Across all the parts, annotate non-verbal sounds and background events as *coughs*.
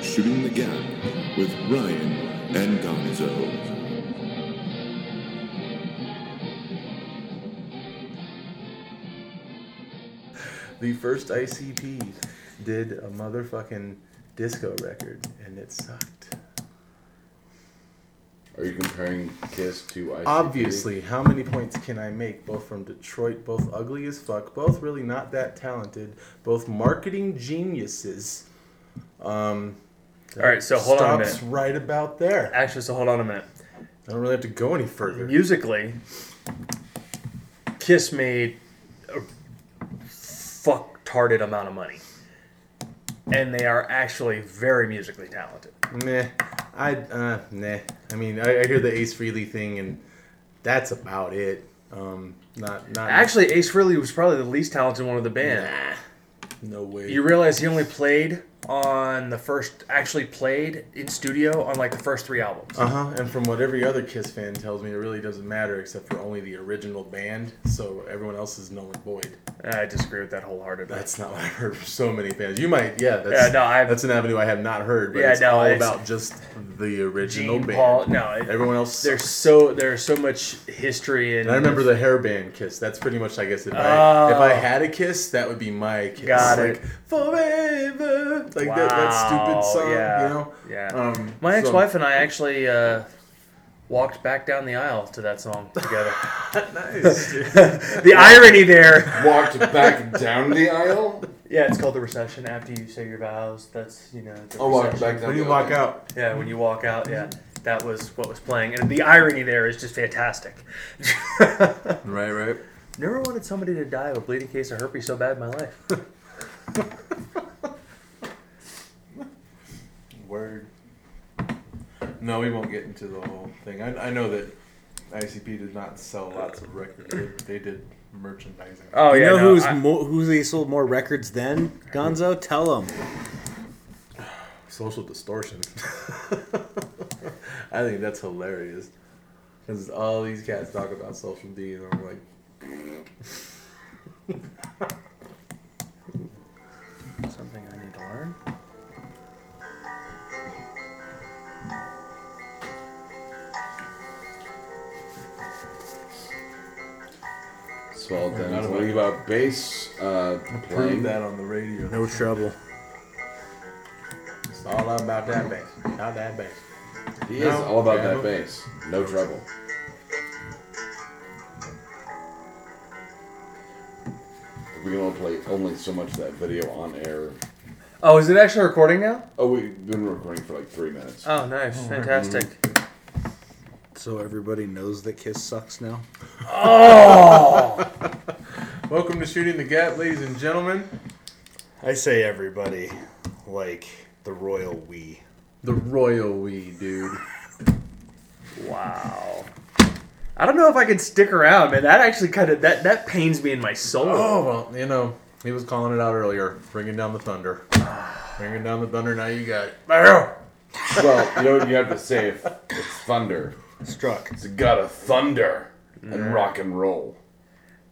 Shooting the Gap with Ryan and Gonzo. The first ICP did a motherfucking disco record, and it sucked. Are you comparing Kiss to ICP? Obviously, how many points can I make? Both from Detroit, both ugly as fuck, both really not that talented, both marketing geniuses. Um, All right, so hold on a stops minute. right about there. Actually, so hold on a minute. I don't really have to go any further. Musically, Kiss made a fuck-tarded amount of money, and they are actually very musically talented. Meh. I uh, nah. I mean, I, I hear the Ace Frehley thing, and that's about it. Um, not not Actually, Ace Frehley was probably the least talented one of the band. no way. You realize he only played on the first, actually played in studio on like the first three albums. Uh huh. And from what every other Kiss fan tells me, it really doesn't matter except for only the original band. So everyone else is null and void. I disagree with that wholeheartedly. That's not what I've heard from so many fans. You might, yeah. That's, Yeah, no, I've- that's an avenue I have not heard. But Yeah, it's no, all it's- about just the original Gene band. Paul, no, it- Everyone else. there's so there's so much history and And I remember the hairband kiss. That's pretty much, I guess, if I Oh. if I had a kiss, that would be my kiss. Got like, it. Forever, like that, that stupid Wow, song, yeah, you know. yeah. Um, My so- *laughs* *laughs* ex-wife and I actually uh, walked back down the aisle to that *laughs* song together. Nice. the irony there. Walked back down the aisle? Yeah, it's called the recession. After you say your vows, that's you know. The I walked recession. back down when the you walk aisle. out, Yeah, when you walk out. Yeah, that was what was playing, and the irony there is just fantastic. *laughs* right, right. Never wanted somebody to die of a bleeding case of herpes so bad in my life. Word. No, we won't get into the whole thing. I, I know that ICP did not sell lots of records. They, they did merchandising. Oh you know no, who's I- mo- who they sold more records than Gonzo? Tell them. Social distortion. *laughs* I think that's hilarious. Because all these cats talk about social D, and I'm like, something I need to learn. So then, Not a what bad- about bass uh, prove playing? that on the radio. No trouble. It's all about that bass. About that bass. He No. is all about Yeah, no. that bass. No trouble. We can only play only so much of that video on air. Oh, is it actually recording now? Oh, we've been recording for like *laughs* three minutes. Oh, nice, fantastic. mm-hmm. So everybody knows that Kiss sucks now. Welcome to Shooting the Gap, ladies and gentlemen. I say everybody, like the royal we. The royal we, dude. Wow. I don't know if I can stick around, man. That actually kind of that that pains me in my soul. Oh well, you know, he was calling it out earlier, bringing down the thunder, bringing down the thunder. Now you got it. well, you know what you have to say if it's thunder. Struck. It's gotta thunder and rock and roll.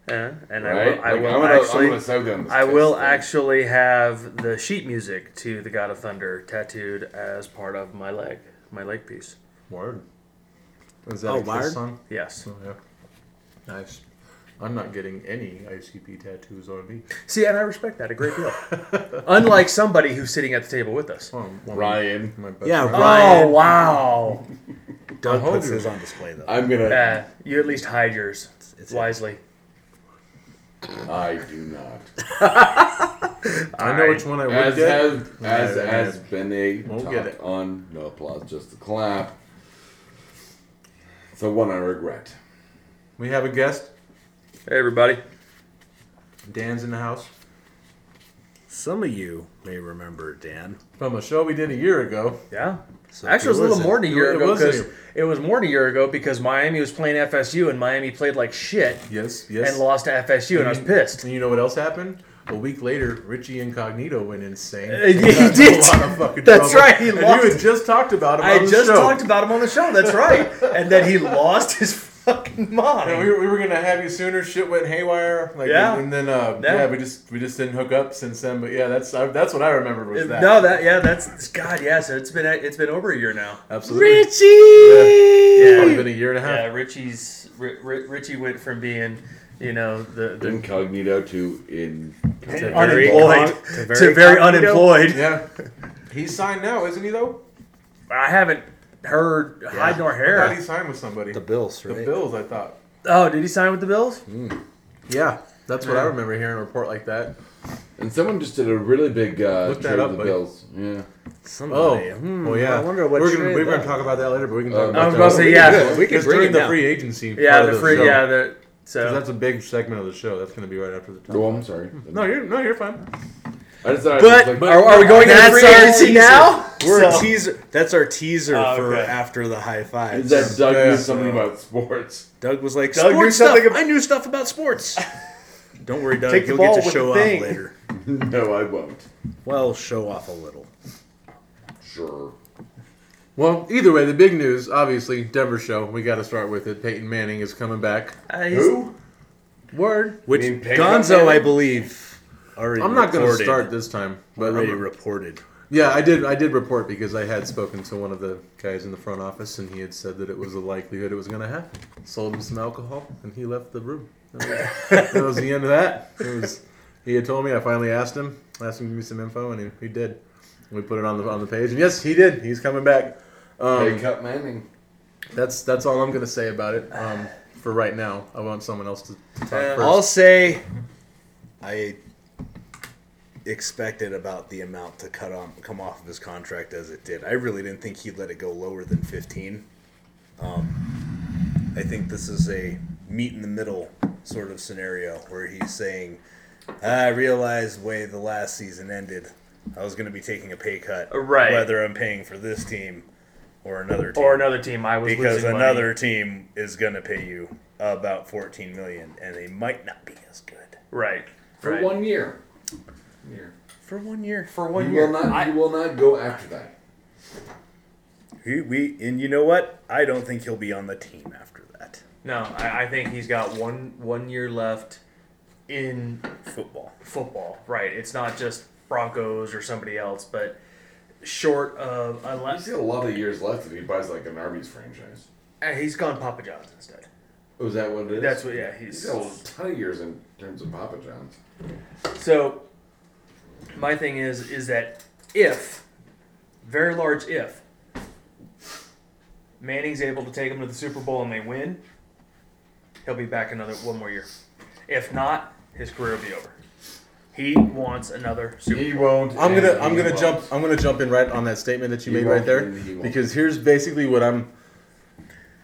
Yeah, Uh, and Right? I will, I Like, will I'm gonna- I'm actually, gonna side with you on this I Kiss will thing. actually have the sheet music to the God of Thunder tattooed as part of my leg, my leg piece. Word. Is that Oh, a wired? Kiss song? Yes. Oh, yeah. Nice. I'm not getting any ICP tattoos on me. See, and I respect that a great deal. Unlike somebody who's sitting at the table with us. Oh, well, Ryan, My best Yeah, friend. Ryan. Oh wow! Doug hold puts you. his Oh, on display though. I'm gonna. Yeah, you at least hide yours it's- wisely. I do not. I know which one I would As get. has, as Yeah, has yeah. been a We'll talk get it. on no applause, just a clap. The one I regret. We have a guest. Hey, everybody. Dan's in the house Some of you may remember Dan. from a show we did a year ago. Yeah. So Actually, it was a little listen, more than a year It ago was a because year. it was more than a year ago because Miami was playing FSU and Miami played like shit Yes, yes. and lost to FSU and I was pissed. And you know what else happened? A week later, Richie Incognito went insane. Uh, He Got in did. A lot of fucking *laughs* That's trouble. right, he and lost. you had just talked about him. I on the just show. *laughs* talked about him on the show. That's right. and then he lost his fucking No, mind. we, were, we were gonna have you sooner. Shit went haywire. Like, Yeah. And, then uh, yeah. Yeah. we just we just didn't hook up since then. But yeah, that's I, that's what I remember was that. No, that yeah, that's God. Yeah, so it's been it's been over a year now. absolutely. Yeah, Probably been a year and a half. yeah. Richie's Ri- Ri- Richie went from being you know the, the Incognito to in. to Very very unemployed. to very, unemployed. Yeah. *laughs* He's signed now, isn't he though? I haven't heard hide nor I thought hair. he signed with somebody. The The, Bills, right? Bills, I thought. Oh, did he sign with the Bills? Yeah. That's what I remember hearing a report like that. And someone just did a really big uh, Look that trade up, of the buddy. Bills. Yeah. Oh, Somebody. well, yeah. I wonder what we're gonna, trade we're gonna that- talk about that later, but we can Uh, talk I about was that. about to say yeah, We can It's during it the down. free agency. yeah, part the of free show. yeah the so 'Cause that's a big segment of the show. That's gonna be right after the top. Oh, I'm sorry. No, you're no, you're fine. I just thought. I But was are, are we going to That's free our agency teaser. now? We're a So- teaser. That's our teaser Oh, for okay. after the high is fives. that Doug Yeah. knew something about sports? *laughs* Doug was like, Doug knew sports stuff. something ab- I knew stuff about sports. Don't worry, Doug. Take the You'll ball get to with show the off thing. later. No, I won't. Well, show off a little. Sure. Well, either way, the big news, obviously, Denver show. We got to start with it. Peyton Manning is coming back. Uh, he's- Who? Word. Which mean pick up, Gonzo, maybe? I believe, already. I'm not going to reported- start this time, but Already I'm- reported. yeah, I did. I did report because I had spoken to one of the guys in the front office, and he had said that it was a likelihood it was going to happen. Sold him some alcohol, and he left the room. That was, that was the end of that. It was, he had told me. I finally asked him. Asked him to give me some info, and he, he did. We put it on the on the page, and yes, he did. He's coming back. Um, Hey, Cup Manning. That's that's all I'm gonna say about it. Um, for right now, I want someone else to, to talk Yeah. first. I'll say, I expected about the amount to cut on come off of his contract as it did. I really didn't think he'd let it go lower than 15. Um, I think this is a meet in the middle sort of scenario where he's saying, "I realized the way the last season ended, I was going to be taking a pay cut, Uh, Right. Whether I'm paying for this team or another team or another team? I was because losing money. another team is going to pay you about 14 million and they might not be as good right For right. one year. year. for one year for one You year. will not. you will not go after that. he, we and you know what i don't think he'll be on the team after that No, I, I think he's got one one year left in football football. Right, it's not just Broncos or somebody else, but short of I unless see a lot of years left if he buys like an Arby's franchise. Uh, he's gone Papa John's instead. Oh, is that what it is? That's what. Yeah, he's He's got a ton of years in terms of Papa John's. So my thing is is that if very large if Manning's able to take them to the Super Bowl and they win, he'll be back another one more year. If not, his career will be over. He wants another Super He won't. I'm and gonna I'm he gonna won't. jump I'm gonna jump in right on that statement that you He made right won't, there and he won't. because here's basically what I'm.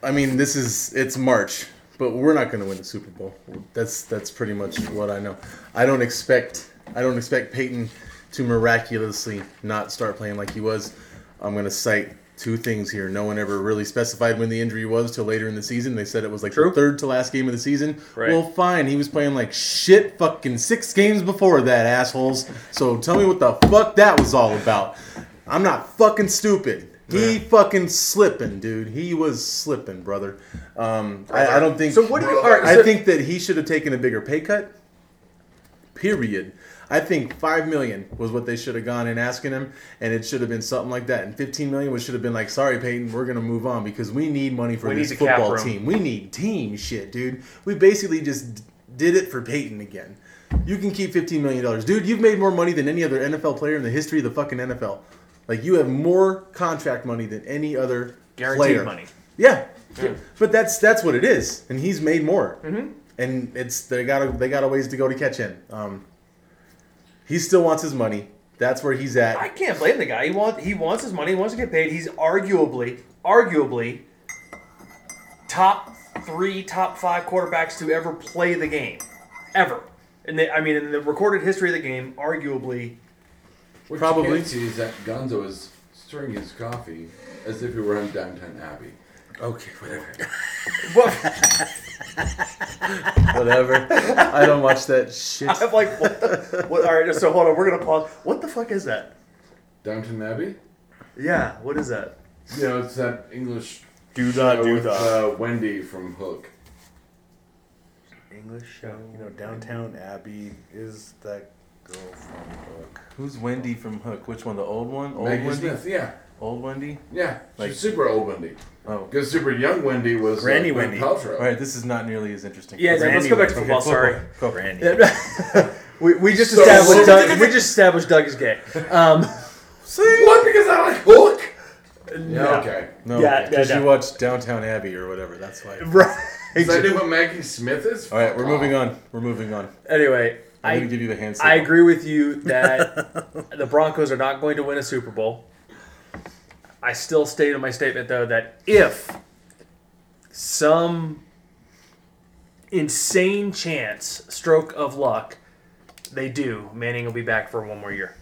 I mean, this is it's March, but we're not gonna win the Super Bowl. That's that's pretty much what I know. I don't expect I don't expect Peyton to miraculously not start playing like he was. I'm gonna cite two things here. No one ever really specified when the injury was till later in the season. They said it was like the True. third to last game of the season. Right. Well, fine. He was playing like shit fucking six games before that, assholes. So tell me what the fuck that was all about. I'm not fucking stupid. He fucking slipping, dude. He was slipping, brother. Um, I, I don't think. So what do you- all right, I so- think that he should have taken a bigger pay cut. Period. I think five million was what they should have gone in asking him, and it should have been something like that. And fifteen million was should have been like, "Sorry, Peyton, we're gonna move on because we need money for We this need to cap football room." team. We need team shit, dude. We basically just d- did it for Peyton again. You can keep fifteen million dollars, dude. You've made more money than any other NFL player in the history of the fucking NFL. Like you have more contract money than any other Guaranteed player. money. Yeah. But that's that's what it is, and he's made more, Mm-hmm. and it's they got a, they got a ways to go to catch him. Um, he still wants his money. That's where he's at. *laughs* I can't blame the guy. He wants he wants his money. He wants to get paid. He's arguably arguably top three, top five quarterbacks to ever play the game, ever. And the, I mean, in the recorded history of the game, arguably, *laughs* What Probably. You can see is that Gonzo is stirring his coffee as if he were on Downton Abbey. Okay, whatever. whatever. I don't watch that shit. I'm like, what? The, what all right, so hold on. We're gonna pause. What the fuck is that? Downton Abbey? Yeah, what is that? You know, it's that English do show with, Uh, Wendy from Hook. English show. You know, Downtown Abbey is that girl from Hook. Who's Wendy from Hook? Which one? The old one? Old Maggie Wendy? Smith, yeah, Old Wendy? yeah. She's Like- super old Wendy. Oh. Because super young Wendy was Granny uh, Gwyneth Wendy. Paltrow. All right, this is not nearly as interesting. Yeah, Okay, let's go back to Okay, football. Sorry. Go for it. Randy. We, we just So- established Doug, we just established Doug is gay. Um, *laughs* What? Because I like Hook. Yeah. Okay. No, Yeah, because yeah, you yeah. watched Downtown Abbey or whatever. That's why. right. Does I know what Maggie Smith is? All right, Fuck we're off. moving on. We're moving on. Anyway, I'm gonna I give you the hand I signal. agree with *laughs* you that the Broncos are not going to win a Super Bowl. I still stay in my statement though that if some insane chance, stroke of luck, they do, Manning will be back for one more year.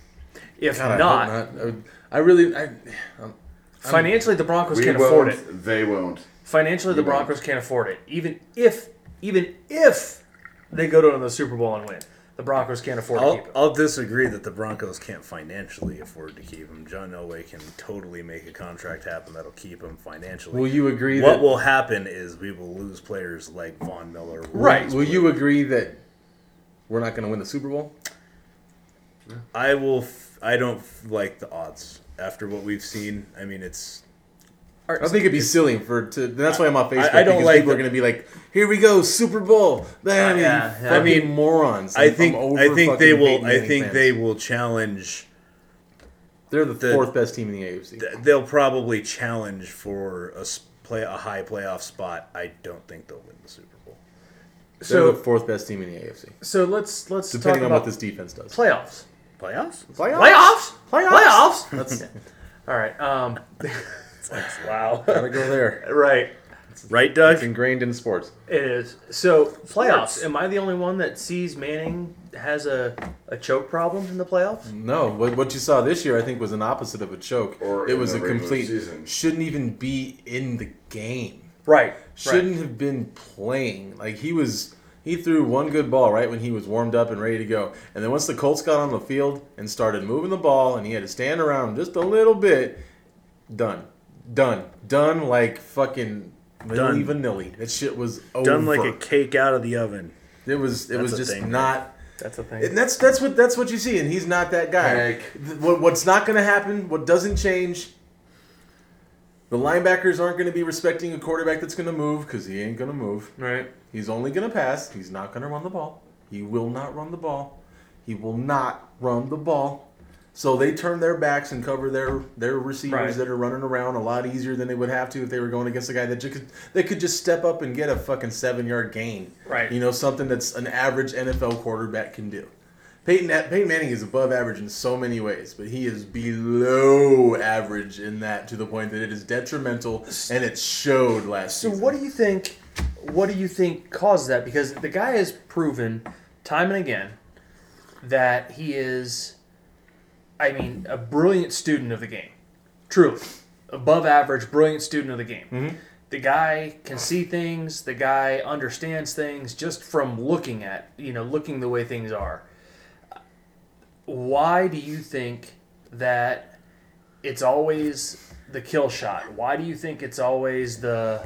If God, I hope not, not. I- I really. I, financially the Broncos We can't afford won't. it. They won't. Financially, the You won't. Broncos can't afford it. Even if, even if they go to the Super Bowl and win, the Broncos can't afford to I'll, keep him. I'll disagree that the Broncos can't financially afford to keep him. John Elway can totally make a contract happen that'll keep him financially. will you agree what that? will happen is we will lose players like Von Miller. Right. will you agree that we're not going to win the Super Bowl? I will. F- I don't f- like the odds after what we've seen. I mean, it's. I think it'd be silly for to. That's why I'm on Facebook. I- I don't because like people are the- going to be like, "Here we go, Super Bowl!" Bam, you yeah, yeah. fucking I mean, morons. I I'm- think. I'm over I think they fucking will. Peyton I Manning think fans. they will challenge. They're the, the- fourth best team in the AFC. They'll probably challenge for a s- play a high playoff spot. I don't think they'll win the Super Bowl. They're the So, fourth best team in the AFC, so let's let's talk depending on what about this this defense does. playoffs. Playoffs? Playoffs. Playoffs? That's all right. Um, wow. Gotta go there. *laughs* right. Right, It's Doug? ingrained in sports. It is. So Sports. playoffs. Am I the only one that sees Manning has a, a choke problem in the playoffs? No, what, what you saw this year, I think, was an opposite of a choke. Or it in was the a regular complete season. shouldn't even be in the game. Right. Shouldn't have been playing. Like he was, he threw one good ball right when he was warmed up and ready to go, and then once the Colts got on the field and started moving the ball, and he had to stand around just a little bit, done, done, done like fucking. Milli Done. vanilli. That shit was over. Done like a cake out of the oven. it was. It That's was a just thing. not. That's the And thing. that's that's what that's what you see, and he's not that guy. Panic. Th- What, what's not going to happen? What doesn't change? The linebackers aren't going to be respecting a quarterback that's going to move because he ain't going to move. Right. He's only going to pass. He's not going to run the ball. He will not run the ball. He will not run the ball. So they turn their backs and cover their their receivers Right. that are running around a lot easier than they would have to if they were going against a guy that just could, they could just step up and get a fucking seven yard gain. Right. You know something that's an average NFL quarterback can do. Peyton Peyton Manning is above average in so many ways, but he is below average in that to the point that it is detrimental and it showed last So season. what do you think? What do you think caused that? Because the guy has proven time and again that he is, I mean, a brilliant student of the game. Truly, above average, brilliant student of the game. The guy can see things. The guy understands things just from looking at you know looking the way things are. Why do you think that it's always the kill shot? Why do you think it's always the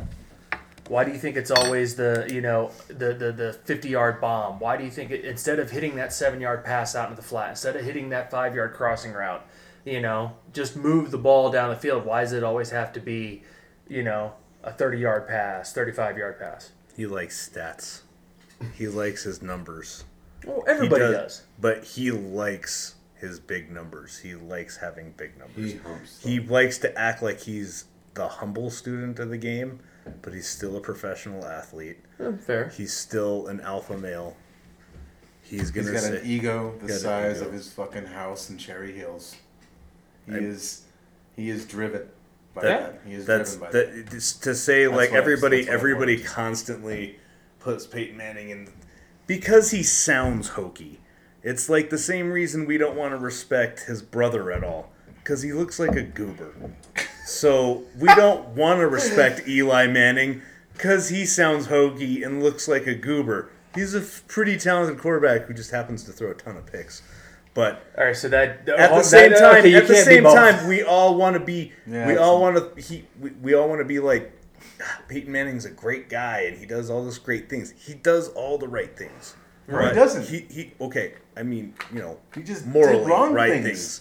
why do you think it's always the you know the the, the fifty yard bomb? Why do you think it, instead of hitting that seven yard pass out into the flat, instead of hitting that five yard crossing route, you know, just move the ball down the field? Why does it always have to be, you know, a thirty yard pass, thirty five yard pass? He likes stats. He likes his numbers. Well, He everybody does. But he likes his big numbers. He likes having big numbers. He humps He likes to act like he's the humble student of the game, but he's still a professional athlete. Oh, Fair. He's still an alpha male. He's gonna He's got say, an E- ego the got an size ego. of his fucking house in Cherry Hills. He I- is he is driven by Yeah. that. He is that's driven by that. that, it's to say like what I- everybody that's what I everybody wanted. constantly puts Peyton Manning in because he sounds hokey. It's like the same reason we don't want to respect his brother at all because he looks like a goober. So *laughs* we don't want to respect Eli Manning because he sounds hokey and looks like a goober. He's a f- pretty talented quarterback who just happens to throw a ton of picks. But All right. So that at the that- same okay, time, you at the can't be same both. time, we all want to be, Yeah, we it's- all want to, he, we, we all want to be like "Ah, Peyton Manning's a great guy and he does all those great things. He does all the right things. he But doesn't. He, he okay. I mean, you know, He just did morally wrong right things. things.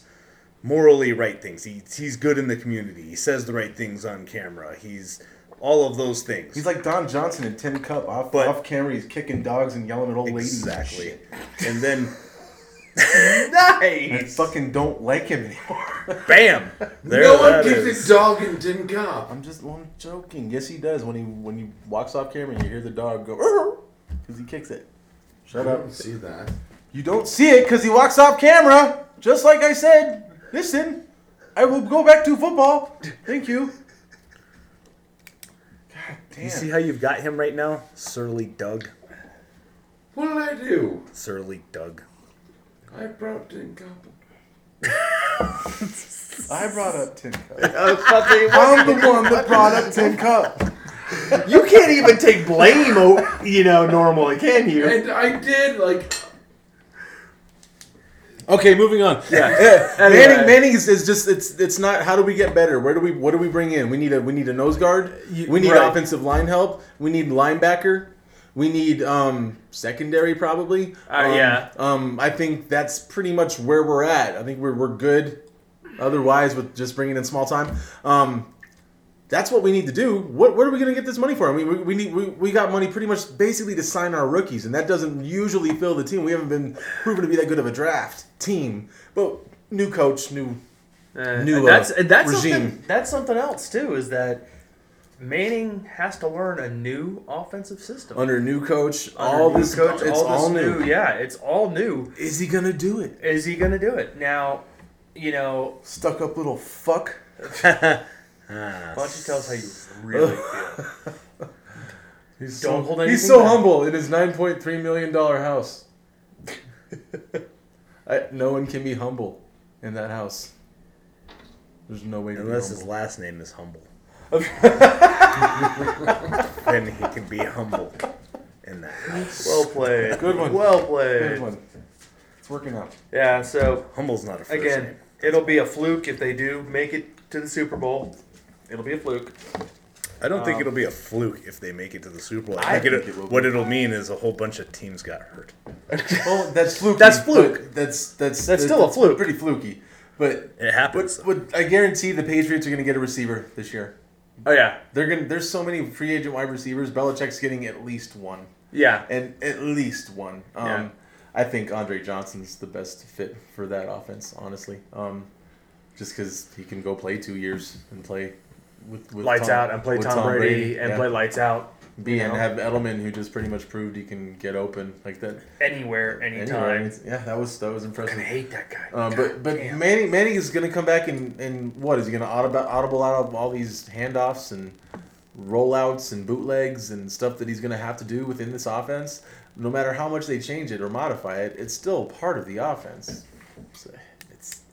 Morally right things. He, he's good in the community. He says the right things on camera. He's all of those things. He's like Don Johnson in Tin Cup. Off But- off camera, he's kicking dogs and yelling at old ladies. and exactly. shit. And *laughs* then I Nice. fucking don't like him anymore. *laughs* bam, there no one that keeps is. a dog in Tin Cup. I'm just I'm joking. Yes, he does. When he when he walks off camera, you hear the dog go because he kicks it. I Shut up. don't see that. You don't see it because he walks off camera. Just like I said. Listen, I will go back to football. Thank you. God You see damn. how you've got him right now, surly Doug. What did I do? Surly Doug. I brought Tin Cup. I brought up Tin Cup. I'm the one that brought up Tin *laughs* Cup. You can't even take blame, oh, o- you know, normally, can you? And I did, like, Okay, moving on. Yeah. Manning, Manning is, is just it's it's not how do we get better? Where do we what do we bring in? We need a we need a nose guard. You- We need right. offensive line help. We need linebacker. We need um secondary probably. Uh, um, yeah. Um, I think that's pretty much where we're at. I think we're we're good. Otherwise, with just bringing in small time, um, that's what we need to do. What what are we going to get this money for? I mean, we, we need we, we got money pretty much basically to sign our rookies, and that doesn't usually fill the team. We haven't been proven to be that good of a draft team. But new coach, new Uh, New, uh, that's and that's regime. something that's something else too is that Manning has to learn a new offensive system. under new coach, Under all new this coach, it's all, this new. Yeah, it's all new. Is he gonna do it? Is he going to do it now? You know, Stuck up little fuck. why don't you tell us how *laughs* you really feel? He's so, Don't hold He's anything so back. humble in his nine point three million dollar house. I, no one can be humble in that house. There's no way. to be Unless his humble. last name is *laughs* Humble. then he can be humble in that house. Well *laughs* played. Good one. Well played. Good one. It's working out. Yeah. So Humble's not a first again, name. it'll be a fluke if they do make it to the Super Bowl. It'll be a fluke. I don't think it'll be a fluke if they make it to the Super Bowl. um, I, I think, it, think it will what be. it'll mean is a whole bunch of teams got hurt. Well, that's fluky. That's fluke. but That's that's That's still a fluke. Pretty fluky, but It but, happens. but I guarantee the Patriots are going to get a receiver this year. Oh yeah. They're going. to There's so many free agent wide receivers. Belichick's getting at least one, Yeah. and at least one. Um, Yeah. I think Andre Johnson's the best fit for that offense, honestly. Um, just because he can go play two years and play with, with Lights Tom- out and play with Tom, Brady, and yeah. play lights out. Be- you and know, have Edelman, who just pretty much proved he can get open like that. anywhere, anytime. Anyway, yeah, that was that was impressive. I hate that guy. Uh, but God but damn. Manning Manning is going to come back and, and what is he going to audible, audible out of all these handoffs and rollouts and bootlegs and stuff that he's going to have to do within this offense? No matter how much they change it or modify it, it's still part of the offense. So it's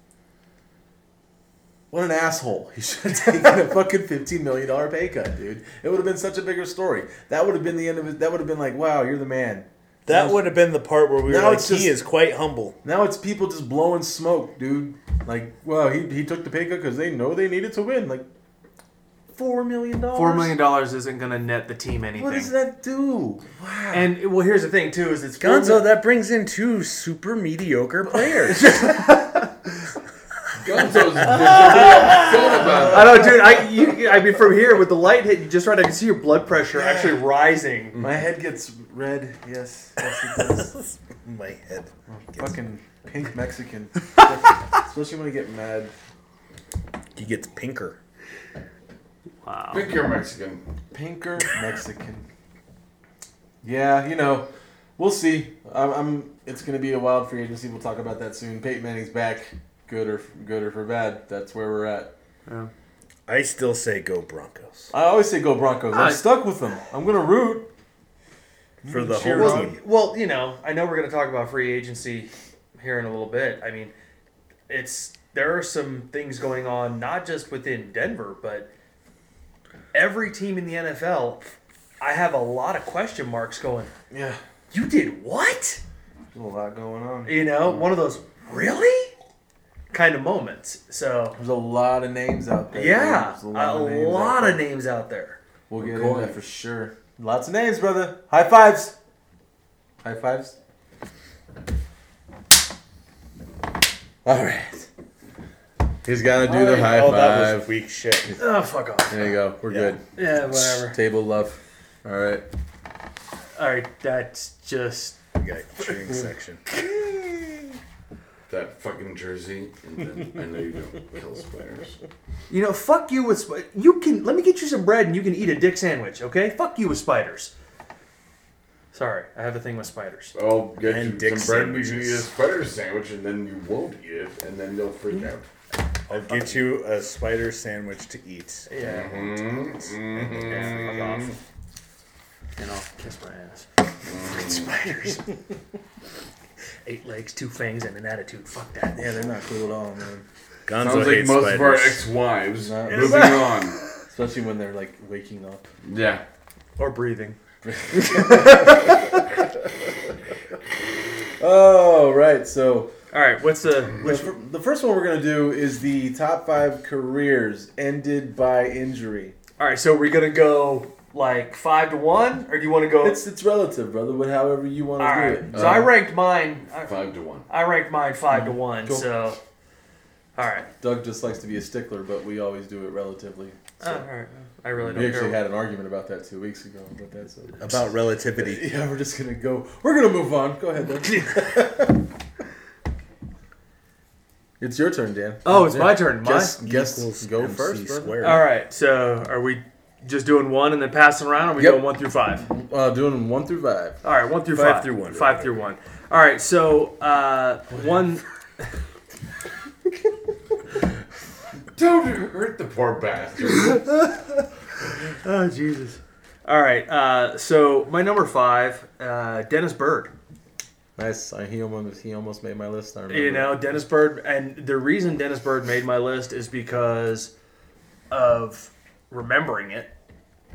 what an asshole! He *laughs* should have taken a fucking fifteen million dollar pay cut, dude. It would have been such a bigger story. That would have been the end of it. That would have been like, wow, you're the man. that would have been the part where we were Now like, it's just- "He is quite humble. Now it's people just blowing smoke, dude. Like, well, he, he took the pay cut because they know they needed to win. Like, four million dollars. Four million dollars isn't gonna net the team anything. What does that do? Wow. And well, here's the thing too: is it's Gonzo, that brings in two super *laughs* mediocre players. Gonzo's *laughs* so about I know, dude. I you, I mean, from here with the light hit, you just right. I can see your blood pressure actually rising. My head gets red. Yes, yes it *laughs* does. My head. Fucking pink Mexican. Especially when I get mad. He gets pinker. it. Pick your Mexican. Pinker Mexican. Yeah, you know, we'll see. I'm, I'm. It's gonna be a wild free agency. We'll talk about that soon. Peyton Manning's back. Good or good or for bad. That's where we're at. I still say go Broncos. I always say go Broncos. I'm Ah. stuck with them. I'm gonna root. For the cheer whole on. team. Well, you know, I know we're gonna talk about free agency here in a little bit. I mean, it's there are some things going on not just within Denver, but every team in the NFL. I have a lot of question marks going. Yeah, You did what? there's a lot going on. you know, one of those really kind of moments. So There's a lot of names out there. yeah, There's a lot, out there. of, names out there. We'll get in Going there. for sure. Lots of names, brother. High fives. High fives. All right. He's gonna do the high oh, that was five. weak shit. Oh, fuck off. There you go. We're Yeah. good. Yeah, whatever. Table love. All right. All right, that's just. We got cheering section. that fucking jersey. And then I know you don't kill spiders. You know, fuck you with sp- you can let me get you some bread and you can eat a dick sandwich, okay? Fuck you with spiders. Sorry, I have a thing with spiders. I'll get And you dick some bread. We can eat a sandwiches. spider sandwich, and then you won't eat it, and then they'll freak out. I'll get you a spider sandwich to eat. Yeah, Fuck off. and I'll kiss my ass. Fucking spiders. Mm-hmm. *laughs* Eight legs, two fangs, and an attitude. Fuck that. Yeah, they're not cool at all, man. Gonzo Sounds like hates most spiders. of our ex-wives. No. Moving on. Especially when they're like waking up. Yeah. Or breathing. Oh, right. So All right, what's the the, which, fir- the first one we're gonna do is the top five careers ended by injury. All right, so we're gonna go like five to one, or do you want to go? It's Um, it's relative, brother. But however you want to all do right. it. So I ranked mine. I, Five to one. I ranked mine five to one. Mm, Cool. So, all right, Doug just likes to be a stickler, but we always do it relatively. Oh, all right. I really We don't actually care. had an argument about that two weeks ago, but that's a, about relativity. *laughs* yeah. We're just gonna go. We're gonna move on. Go ahead. Doug. *laughs* *laughs* it's your turn, Dan. oh, it's my turn. Mine. Guess, guess go MC first. brother. squared. all right. So, are we just doing one and then passing around? Or are we Yep. going one through five? Uh, doing one through five. All right, one through five, Five through one. Five through one. All right, so uh, one. Don't hurt the poor bastard. Oh Jesus! All right, uh, so my number five, uh, Dennis Bird. Nice. I, he almost he almost made my list. I Mm-hmm. remember. You know, Dennis Bird, and the reason Dennis Bird made my list is because of remembering it.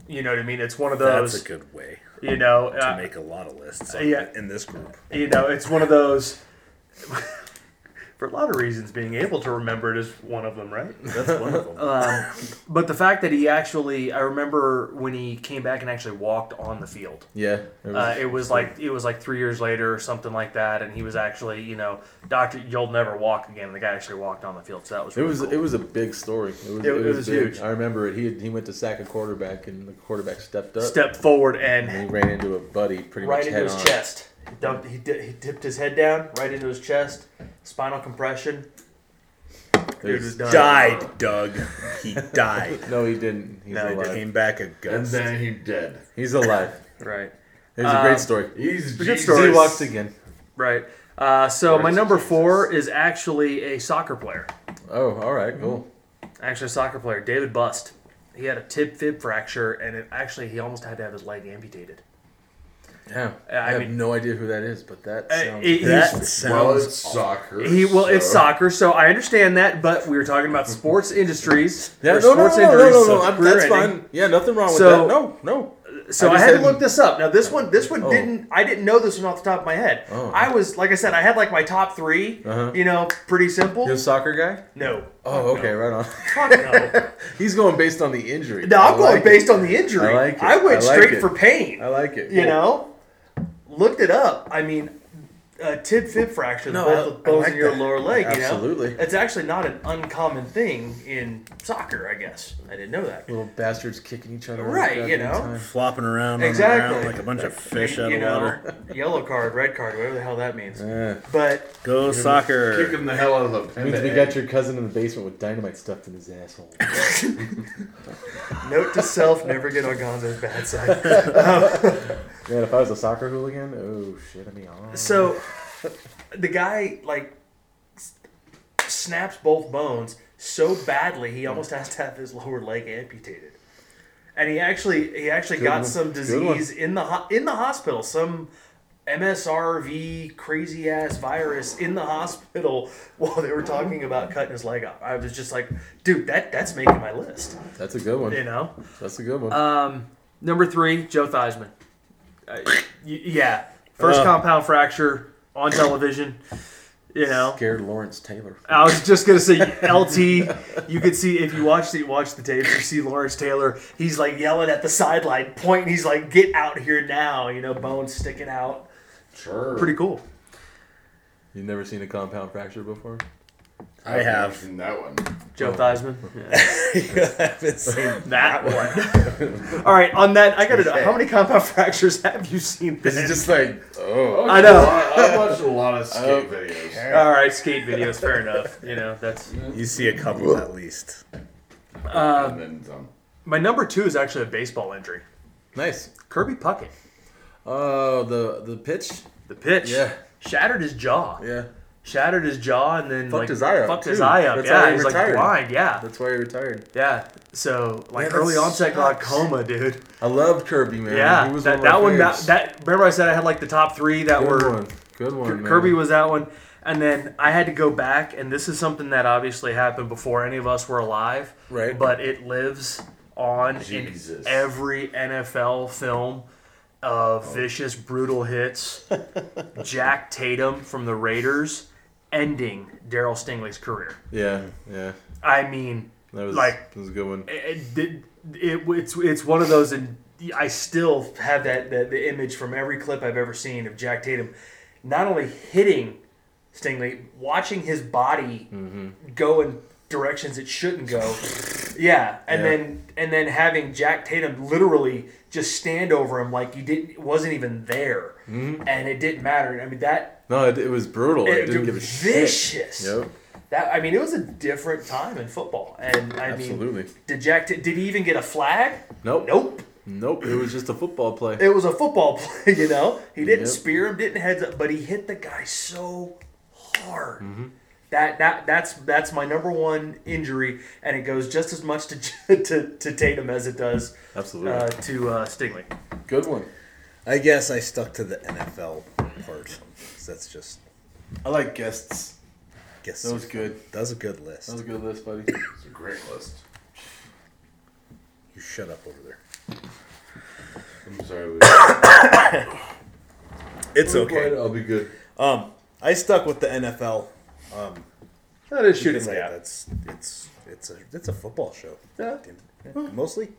You know what I mean? It's one of That's those. a good way you know, to uh, make a lot of lists uh, yeah. in this group. *laughs* you know, it's one of those. *laughs* For a lot of reasons, being able to remember it is one of them, right? *laughs* That's one of Uh, them. But the fact that he actually, I remember when he came back and actually walked on the field. Yeah. it was- Uh, Mm-hmm. it was like it was like three years later or something like that, and he was actually, you know, Doctor, you'll never walk again. And the guy actually walked on the field, so that was It really was cool. it was a big story. It was, It- it was big. huge. I remember it. He had, he went to sack a quarterback, and the quarterback stepped up. step forward and And he ran into a buddy pretty right much into Uh, head his on. chest. He, dumped, he, di- he dipped his head down, right into his chest, spinal compression. Dude There's- was done. died, Doug. He died. *laughs* No, he didn't. He's No, he alive. Came back a and ghost. then he dead. He's alive. Right, It was a Um, great story. He's a good Jesus. story. He walks again. right. Uh, so my Christ number Jesus. four is actually a soccer player. Oh, all right, cool. Actually, a soccer player, David Bust. He had a tib fib fracture, and it actually he almost had to have his leg amputated. Yeah, I, Mm-hmm. I have mean- no idea who that is, but that Uh, sounds. it- That he's- sounds Well, it's soccer. He well, it's so- soccer, so I understand that. But we were talking about sports industries. yeah, or no, no, no, sports no, no, injuries, no, so no, I'm- career that's ending. fine. Yeah, nothing wrong with So- that. No, no. So I I, just had to hadn't- look this up. Now this one, this one Oh. didn't. I didn't know this one off the top of my head. Oh. I was like I said, I had like my top 3 Uh-huh. You know, pretty simple. You're a soccer guy? No, Oh, okay, right on. *laughs* fuck no. He's going based on the injury. No, I I'm going like based it. on the injury. I like it. went I like straight it. for pain. I like it. you Cool. know, looked it up. I mean, a tib fib fracture, No, I- I the both the bones like in your that. lower leg. You know, Absolutely. It's actually not an uncommon thing in soccer. I guess I didn't know that. little bastards kicking each other. Right, all you goddamn know. time. flopping around on the Exactly. ground like a bunch of fish out you of know, water. yellow card, red card, whatever the hell that means. Yeah. But Go *laughs* soccer. *laughs* Kicking the hell out of the That means we got your cousin in the basement with dynamite stuffed in his asshole. note to self: never get on Gonzo's bad side. Man, if I was a soccer hooligan, oh shit, I'd be on. So the guy like s- snaps both bones so badly he almost has to have his lower leg amputated. And he actually he actually got one. some Good one. disease in the ho- in the hospital, some MSRV crazy ass virus in the hospital *laughs* while they were talking about cutting his leg off. I was just like, dude, that that's making my list, That's a good one. you know? That's a good one. Uh, Number three, Joe Theismann. Uh, y- yeah, first Uh. *coughs* compound fracture on television. You know, Scared Lawrence Taylor. I was just gonna say LT. You could see if you watch the watch the tapes, you see Lawrence Taylor. He's like yelling at the sideline, pointing. He's like, "Get out here now!" You know, bones sticking out. Sure. Pretty cool. You've never seen a compound fracture *laughs* before? I have. seen that one. Joe Theismann. Yeah. haven't seen *laughs* that one. All right. On that, I gotta know how many compound *laughs* fractures have you seen? This is just like, oh. I know. I watched a lot *laughs* of skate videos. All right, skate videos. Fair enough. You know, that's You see a couple at least. and then some. my number two is actually a baseball injury. Nice. Kirby Puckett, Oh, the the pitch? the pitch, Yeah. shattered his jaw. Yeah. shattered his jaw and then Fucked like, his eye up, Fucked his too. eye up. That's how yeah, he he's like retired. blind. Yeah, That's why he retired. yeah. So like Yeah, that early onset sucks. glaucoma, dude. I loved Kirby, man. Yeah, He was one that, of that my one. That, faves. that remember I said I had like the top three that Good were one. Good one, man. Kirby was that one, and then I had to go back, and this is something that obviously happened before any of us were alive. Right. But it lives on Jesus. in every NFL film Oh. of vicious, brutal *laughs* hits. Jack Tatum from the Raiders ending Daryl Stingley's career. Yeah, yeah. I mean, That was Like- that was a good one. it, it, it- it's it's one of those, and I still have that, that the image from every clip I've ever seen of Jack Tatum, not only hitting Stingley, watching his body Mm-hmm. go in directions it *laughs* shouldn't go. yeah, and Yeah. then and then having Jack Tatum literally just stand over him like he didn't wasn't even there, and it didn't matter. I mean that No, it, it was brutal. Mm-hmm. It, it, didn't give a was shit. vicious. Yep. That I mean, it was a different time in football, and I mean, Absolutely. did Jack? Did he even get a flag? Nope. Nope. Nope. It was just a football play. It was a football *laughs* play, you know. He didn't Yep. spear him, didn't heads up, but he hit the guy so hard. Mm-hmm. That that that's that's my number one injury, and it goes just as much to *laughs* to, to Tatum as it does Absolutely. uh, to uh, Stingley. good one. I guess I stuck to the NFL part. 'cause That's just I like guests. guess. That was good. That was a good That list. was a good list, buddy. It's a great list. You shut up over there. I'm *coughs* sorry. Luke. It's But I'll be good. Um, I stuck with the NFL. Um, that is shooting because, like, like that's it's it's a it's a football show. that. Mostly.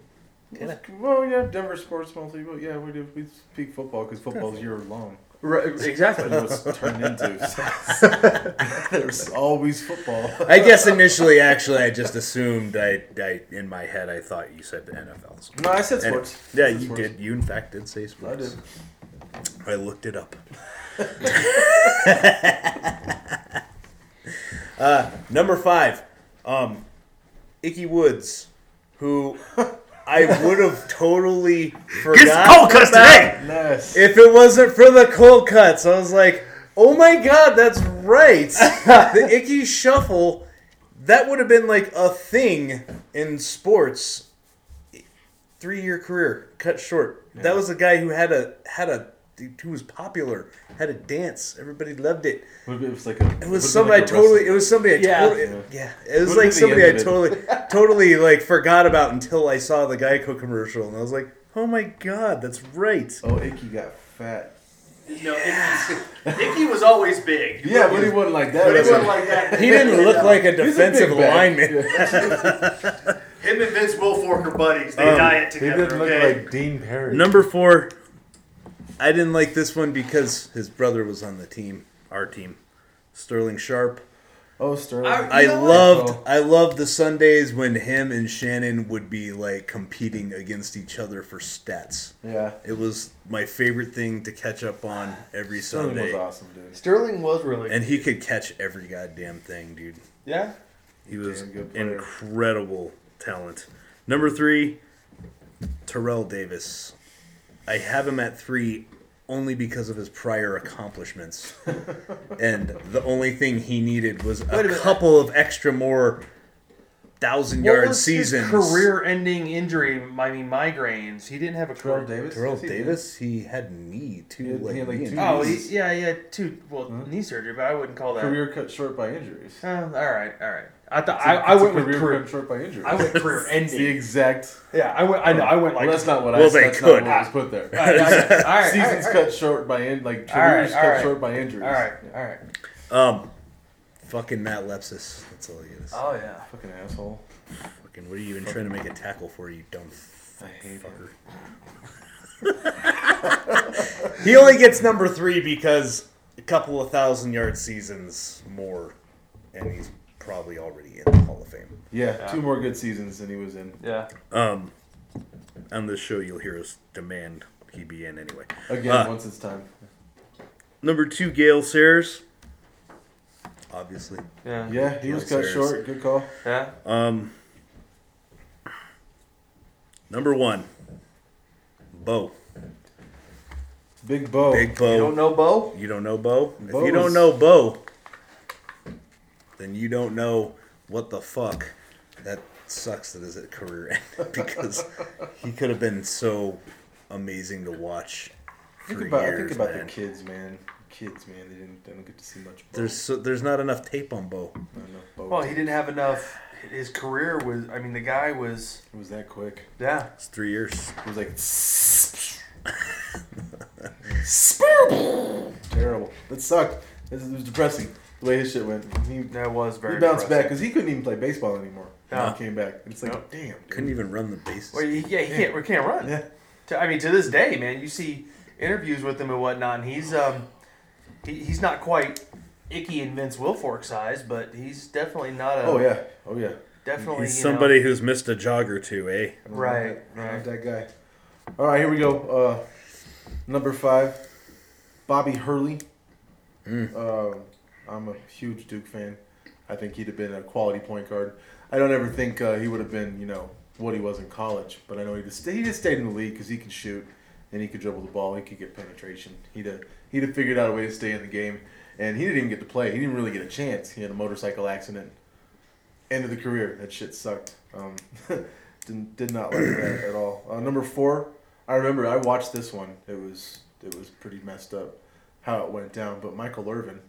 Yeah. Well, yeah, Denver sports mostly, but yeah, we do, we speak football because football's year long. exactly. That's what it's turned into. *laughs* *laughs* There's always football. I guess initially, actually, I just assumed. I, I in my head, I thought you said the NFL. So- No, I said And- sports. yeah, I said you sports. did. You in fact did say I sports. did. I looked it up. *laughs* uh, number five, um, Icky Woods, who I would have totally forgot Colcus today. Nice. if it wasn't for the cold cuts. I was like, oh my god, that's *laughs* right. the Icky Shuffle, that would have been like a thing in sports. Three year career cut short. That was a guy who had a had a who was popular, had a dance. Everybody loved it. What if it was like a, It was somebody I totally. It was somebody I Yeah. totally. Yeah, it was Would've been like the somebody I end of it. *laughs* totally, totally like forgot about until I saw the Geico commercial, and I was like, "Oh my god, that's right." Oh, Icky got fat. No, Icky, Icky was always big. Yeah, but he wasn't like that. But he wasn't like that. *laughs* He didn't look like a He's a defensive big bag. lineman. Him and Vince Wilfork are buddies. They Um, diet He together. didn't look okay? like Dean Perry. Number four. I didn't like this one because his brother was on the team, our team, Sterling Sharp. Oh, Sterling. I You know what? loved, Oh. I loved the Sundays when him and Shannon would be like competing against each other for stats. yeah. It was my favorite thing to catch up on every Sterling was Sunday, awesome, dude. Sterling was really and he could catch every goddamn thing, dude. yeah. He was Damn good player. incredible talent. Number three, Terrell Davis. I have him at three only because of his *laughs* prior accomplishments. and the only thing he needed was a, minute. couple of extra more thousand yard seasons. career-ending injury. I mean, migraines. He didn't have a Terrell career. Davis. Terrell Yes, he did. Davis, he had knee too. He had- he had, like, two Oh, he, Jesus. yeah, yeah, two. Well, knee surgery, but I wouldn't call that. Career cut short by injuries. Uh, all right, all right. I thought It's a- I, I it's a went with career career. cut short by injuries. *laughs* I went career It's the ending. exact. yeah, I went. I know. I went like. Well, that's not what I. Well, they that's could. Not what was put there. all right, *laughs* all right, all right, Seasons all right, cut short by in like right, careers all cut right. short by injuries. Oh. All right, all right. Um, Fucking Matt Lepsis. That's all he is. Oh yeah. Fucking asshole. Fucking, what are you even trying to make a tackle for, you dumb f- I hate fucker? *laughs* he only gets number three because a couple of thousand yard seasons more, and he's probably already in the Hall of Fame. Yeah, two more good seasons and he was in. Yeah. Um, on this show, you'll hear us demand he be in anyway. Again, Uh, once it's time. Number two, Gail Sayers. Obviously. Yeah. Yeah, Oh. he was cut Serious. short. Good call. Yeah. Um, number one, Bo. Big Bo. Big Bo. You don't know Bo? You don't know Bo? if you Bo's- don't know Bo, then you don't know what the fuck. That sucks that his career *laughs* ended because he could have been so amazing to watch for Think about, years, think about man. the kids, man. Kids, man. They didn't. They don't get to see much. Bo. There's so, there's not enough tape on Bo. not enough Bo. Well, he didn't have enough. His career was. I mean, the guy was. It was that quick. Yeah. It's three years. It was like. Terrible. That sucked. This- It was depressing the way his shit went. He, he That was very. bounced back depressing. because he couldn't even play baseball anymore. No. He came back. It's like, No. damn. dude. Couldn't even run the bases. Well, he, yeah, he can't. We can't run. Yeah. To- I mean, to this day, man, you see interviews with him and whatnot. And he's um, he, he's not quite Icky and Vince Wilfork size, but he's definitely not a. Oh yeah. Oh yeah. Definitely. He's you know, somebody who's missed a jog or two, eh? Right. I Right. love that guy. All right, here we go. Uh, number five, Bobby Hurley. Um, I'm a huge Duke fan. I think he'd have been a quality point guard. I don't ever think uh, he would have been, you know, what he was in college. But I know he just he just stayed in the league because he could shoot and he could dribble the ball. He could get penetration. He'd have, he'd have figured out a way to stay in the game. And he didn't even get to play. He didn't really get a chance. He had a motorcycle accident end of the career. That shit sucked. Um, *laughs* didn't did not like that at all. Uh, number four, I remember I watched this one. It was it was pretty messed up how it went down. But Michael Irvin,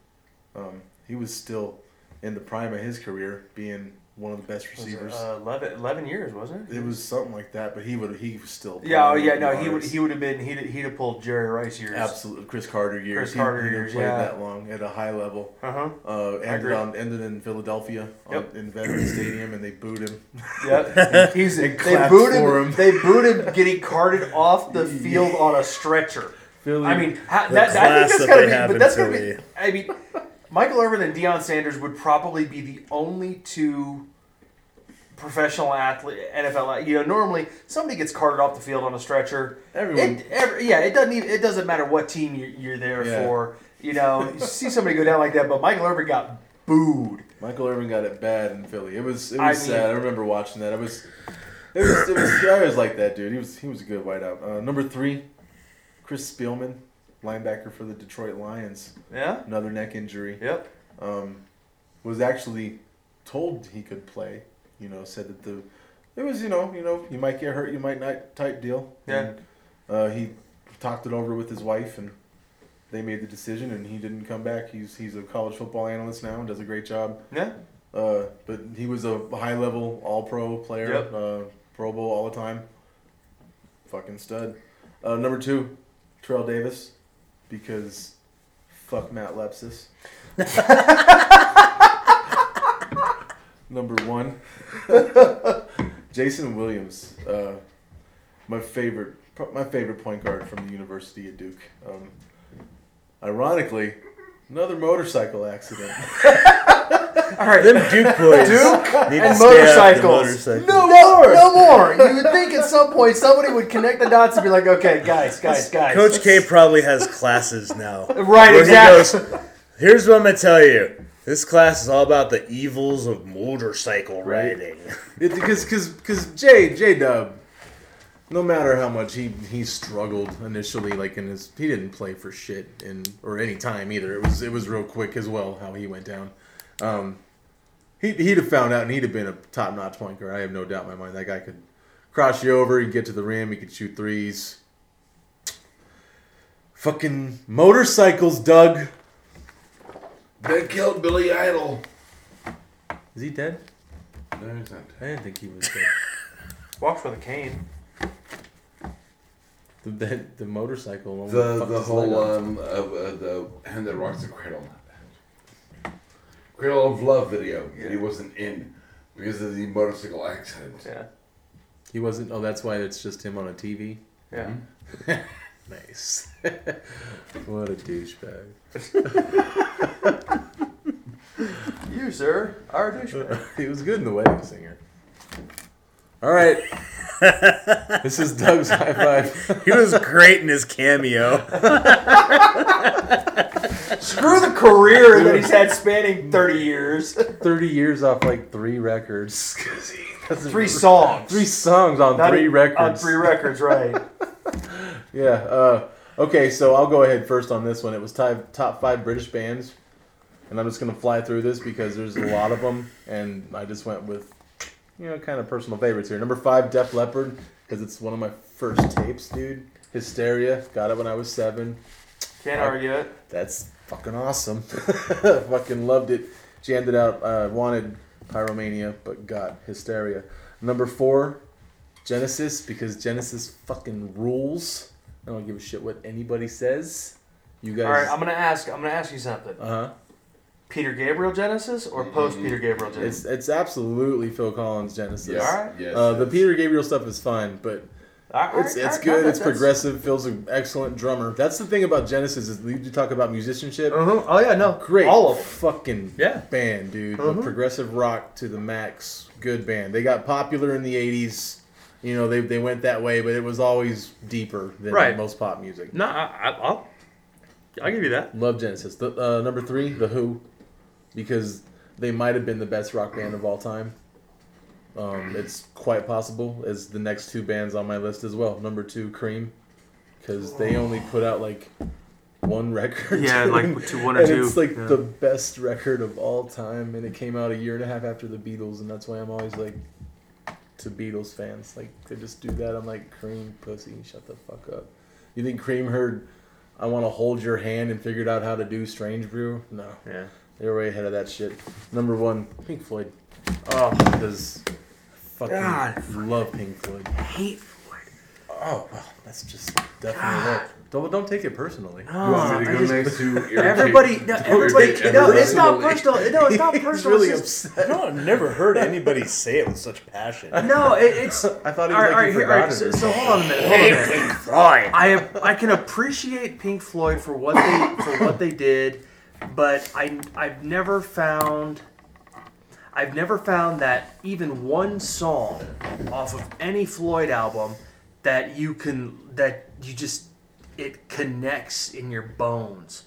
um, he was still in the prime of his career, being one of the best was it, receivers. uh, 11, 11 years, wasn't it? it was something like that, but he would he was still Yeah. Oh prime yeah. No, he yards. would. He would have been. He'd he'd have pulled Jerry Rice years. absolutely Chris Carter years. Chris He- Carter he, never years, played yeah. that long at a high level. Uh huh. Uh, ended agree. on ended in Philadelphia on- Yep. in Veterans Stadium, and they booed him. *laughs* Yep. He's They they clapped booed him, for him. They booted him getting carted off *laughs* the field on a stretcher. Philly- I mean, ha- The that, I class think that's that gotta they be, have but in that's gotta be. Philly. I mean, Michael Irvin and Deion Sanders would probably be the only two professional athlete NFL. You know, normally somebody gets carted off the field on a stretcher. Everyone- It, every, yeah, it doesn't even. It doesn't matter what team you're, you're there Yeah. for. You know, you see somebody go down like that, but Michael Irvin got booed. Michael Irvin got it bad in Philly. It was it was I mean- sad. I remember watching that. It was it was, it was I was like that dude. He was he was a good wideout. Uh, number three, Chris Spielman, linebacker for the Detroit Lions. Yeah. Another neck injury. Yep. Um, was actually told he could play. You know, said that the it was you know you know you might get hurt, you might not type deal. Yeah. And, uh, he talked it over with his wife and. They made the decision, and he didn't come back. He's he's a college football analyst now and does a great job. Yeah. Uh, but he was a high level All Pro player, Yep. uh, Pro Bowl all the time. Fucking stud. Uh, number two, Terrell Davis, because fuck Matt Lepsis. number one, Jason Williams, uh, my favorite, pro- my favorite point guard from the University of Duke. Um, ironically, another motorcycle accident. All right. Them Duke boys. need to and stay out of the motorcycles. motorcycle. No more. No more. You would think at some point somebody would connect the dots and be like, okay, guys, guys, guys. *laughs* Coach K probably has classes now. Right, Where he exactly. goes, Here's what I'm gonna tell you. This class is all about the evils of motorcycle Right. riding. *laughs* It's because because because J J Dub, no matter how much he he struggled initially, like in his he didn't play for shit in or any time either. It was it was real quick as well how he went down. Um, he he'd have found out and he'd have been a top notch point guard. I have no doubt in my mind that guy could cross you over, he could get to the rim, he could shoot threes. Fucking motorcycles, Doug. They killed Billy Idol. Is he dead? No, he's not. I didn't think he was *laughs* dead. Walks with a cane. the, the, the motorcycle. one The um, uh, fucked the his leg whole up. um uh, uh, the hand that rocks the cradle. Cradle of Love video that he wasn't in because of the motorcycle accident. Yeah. He wasn't. Oh, that's why it's just him on a TV. Yeah. Nice. *laughs* what a douchebag. *laughs* You, sir, are a *laughs* douchebag. He was good in The Wedding Singer. All *laughs* right. this is Doug's high five. *laughs* He was great in his cameo. Screw the career that he's had spanning 30 years. 30 years off like three records. *laughs* Three songs. Three songs on Not three even- records. On three records, *laughs* right. Yeah. Uh, okay, so I'll go ahead first on this one. It was top top five British bands, and I'm just gonna fly through this because there's a lot of them, and I just went with you know kind of personal favorites here. Number five, Def Leppard, because it's one of my first tapes, dude. Hysteria, got it when I was seven. Can't argue it. That's fucking awesome. *laughs* fucking loved it. Jammed it out. I uh, wanted Pyromania, but got Hysteria. Number four, Genesis, because Genesis fucking rules. I don't give a shit what anybody says. You guys. All right, I'm gonna ask. I'm gonna ask you something. uh huh. Peter Gabriel Genesis or post Peter Gabriel Genesis? It's it's absolutely Phil Collins Genesis. Yes, Alright. yes, Uh, the yes. Peter Gabriel stuff is fine, but All right, It's, all right, it's all good. right, It's that's- progressive. Phil's an excellent drummer. That's the thing about Genesis is you talk about musicianship. Uh-huh. Oh yeah, no, Great, All of *laughs* them. fucking Yeah. band, dude. Uh-huh. Progressive rock to the max. Good band. They got popular in the '80s. You know, they, they went that way, but it was always deeper than Right. most pop music. No, I, I, I'll, I'll give you that. Love Genesis. The, uh, number three, The Who, because they might have been the best rock band of all time. Um, it's quite possible as the next two bands on my list as well. Number two, Cream, because they only put out like one *laughs* record. Yeah, like and- two- one or and two, It's like yeah. the best record of all time, and it came out a year and a half after the Beatles, and that's why I'm always like to Beatles fans. Like they just do that. I'm like Cream, pussy, shut the fuck up. You think Cream heard I want to hold your hand and figured out how to do Strange Brew? No, Yeah. they were way ahead of that shit. Number one, Pink Floyd. Oh, because fucking God. love Pink Floyd. Hate. Oh, well, that's just definitely it. Don't don't take it personally. You want me to I go just- next to *laughs* irritate- Everybody, no, to everybody, irritate no, it's not everybody? personal. No, it's *laughs* not He's personal. really it's just, I don't, I've never heard anybody say it with such *laughs* passion. no, *laughs* it, it's. All I thought right, he all was like right, he here, all forgot right. it So, or so hold on a minute. Hold on a minute. *laughs* I I can appreciate Pink Floyd for what they for what they did, but I I've never found I've never found that even one song off of any Floyd album that you can that you just it connects in your bones.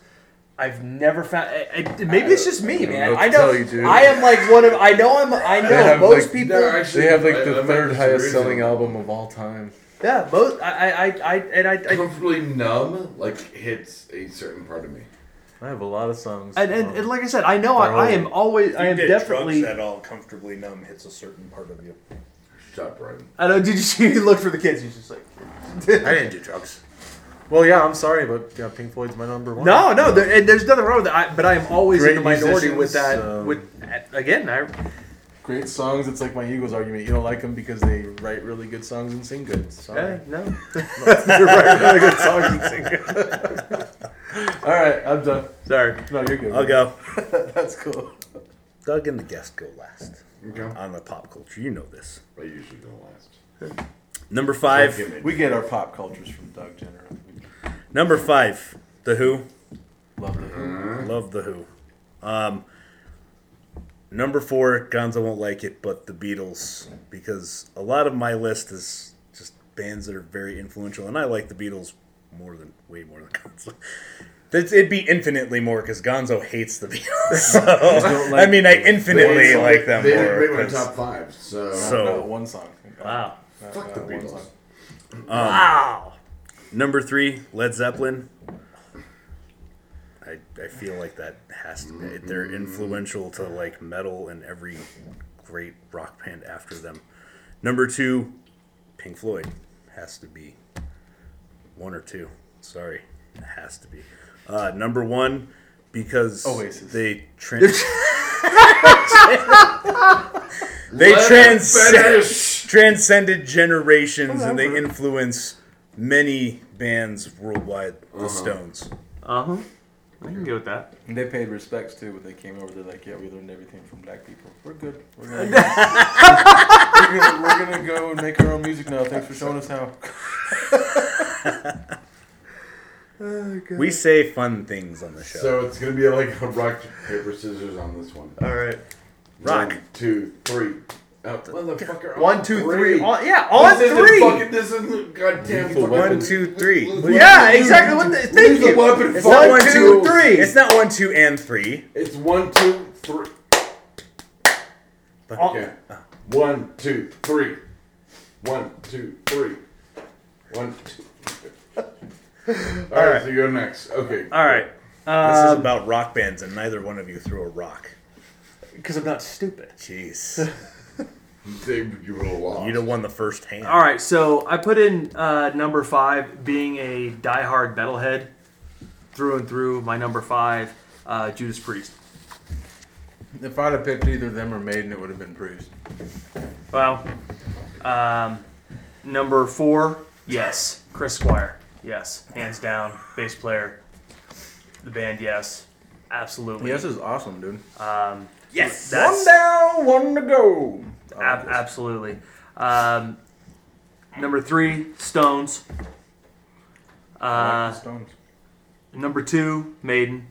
I've never found. I, I, maybe it's just me, know man. what I to know. tell you, dude. I am like one of. I know. *laughs* I'm. I know have, most like, people. No, actually, They have I- like the I might third disagree highest with selling you. album of all time. yeah, most. I. I. I. I and I. I Comfortably numb, like hits a certain part of me. I have a lot of songs. Um, And, and, and like I said, I know I, I am always, I am definitely. at all comfortably numb hits a certain part of you. Shut up, Ryan. I know. Did you see? *laughs* You look for the kids. You're just like, I didn't do drugs. well, yeah, I'm sorry, but yeah, Pink Floyd's my number one. no, no. There, and there's nothing wrong with that. I, but I am always Great in the minority musicians, with that. um, with again, I great songs. It's like my Eagles argument. You don't like them because they write really good songs and sing good. Sorry. *laughs* eh, *laughs* no. They write really good songs and sing good. All right, I'm done. Sorry. No, you're good. I'll go. That's cool. Doug and the guest go last Okay. on the pop culture. You know this. I usually go last. Number five. We get our pop cultures from Doug Jenner. Number five. The Who. Love it. Love the Who. Um, number four, Gonzo won't like it, but the Beatles, because a lot of my list is just bands that are very influential, and I like the Beatles more than way more than *laughs* Gonzo. That's- It'd be infinitely more because Gonzo hates the Beatles. *laughs* So, I mean, I infinitely like them They more. didn't make my 'cause- top five, so, uh, No, so one song. Wow. fuck the one Beatles. song. Wow. number three, Led Zeppelin. I, I feel like that has to be. They're influential to like metal and every great rock band after them. Number two, Pink Floyd has to be one or two. Sorry, it has to be. Uh, number one because Oasis. they trans *laughs* they Let it transcend finish. transcended generations and they Uh-huh. influence many bands worldwide. The Stones. Uh huh. I can go with that. And they paid respects too when they came over. They're like, yeah, we learned everything from black people. We're good. We're gonna, we're gonna, we're gonna go and make our own music now. Thanks for showing us how. We say fun things on the show. So it's gonna be uh, like a rock paper scissors on this one. All right. Rock. One, two, three. Oh, motherfucker. One, two, three. On On, yeah, on this three. Isn't fucking, this isn't goddamn Lethal fucking- One, two, three. yeah, exactly. What the, thank Lethal you. Weapon It's fucking- not one, two, two, three. It's not one, two, and three. It's one, two, three. On- Okay. One, two, three. One, two, three. One, two. All right, so you're next. Okay. All right. This Um, is about rock bands, and neither one of you threw a rock. Because I'm not stupid. *laughs* Jeez. They- you would have lost. You'd have won the first hand. All right, so I put in uh, number five being a diehard metalhead through and through. My number five, uh, Judas Priest. If I'd have picked either them or Maiden, it would have been Priest. Well, um, number four, yes, Chris Squire, yes, hands down, bass player, the band, yes, absolutely, Yes is awesome, dude. um, Yes. that's down, one to go. ab- absolutely. Um, number three, Stones. I Uh, like the Stones. number two, Maiden.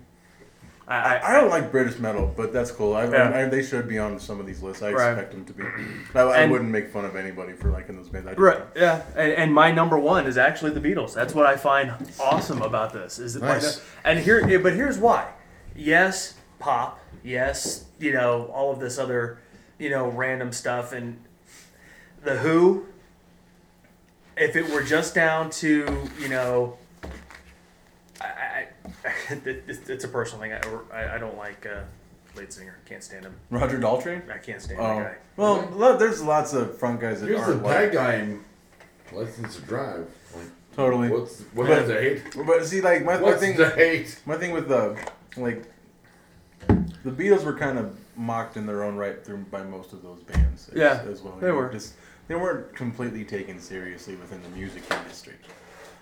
I, I, I don't like British metal, but that's cool. I, Yeah. I, they should be on some of these lists. I Right. expect them to be. I, I And- wouldn't make fun of anybody for liking those bands. I just Right. don't. Yeah. And, and my number one is actually the Beatles. That's what I find awesome about this. Is that my Nice. nu- and here, yeah, but here's why. Yes, pop. Yes, you know all of this other, you know, random stuff and the Who. If it were just down to you know, I, I, *laughs* it- it's it's a personal thing. I, I, I don't like uh, lead singer. Can't stand him. Roger Daltrey. I can't stand Oh. that guy. Well, lo- there's lots of front guys that Here's the aren't bad like guy in License to Drive. Like, totally. what's what's the hate? But see, like my, my What's thing, the hate? my thing with the like the Beatles were kind of mocked in their own right through by most of those bands. As, Yeah, as well. they You know, were. just they weren't completely taken seriously within the music industry.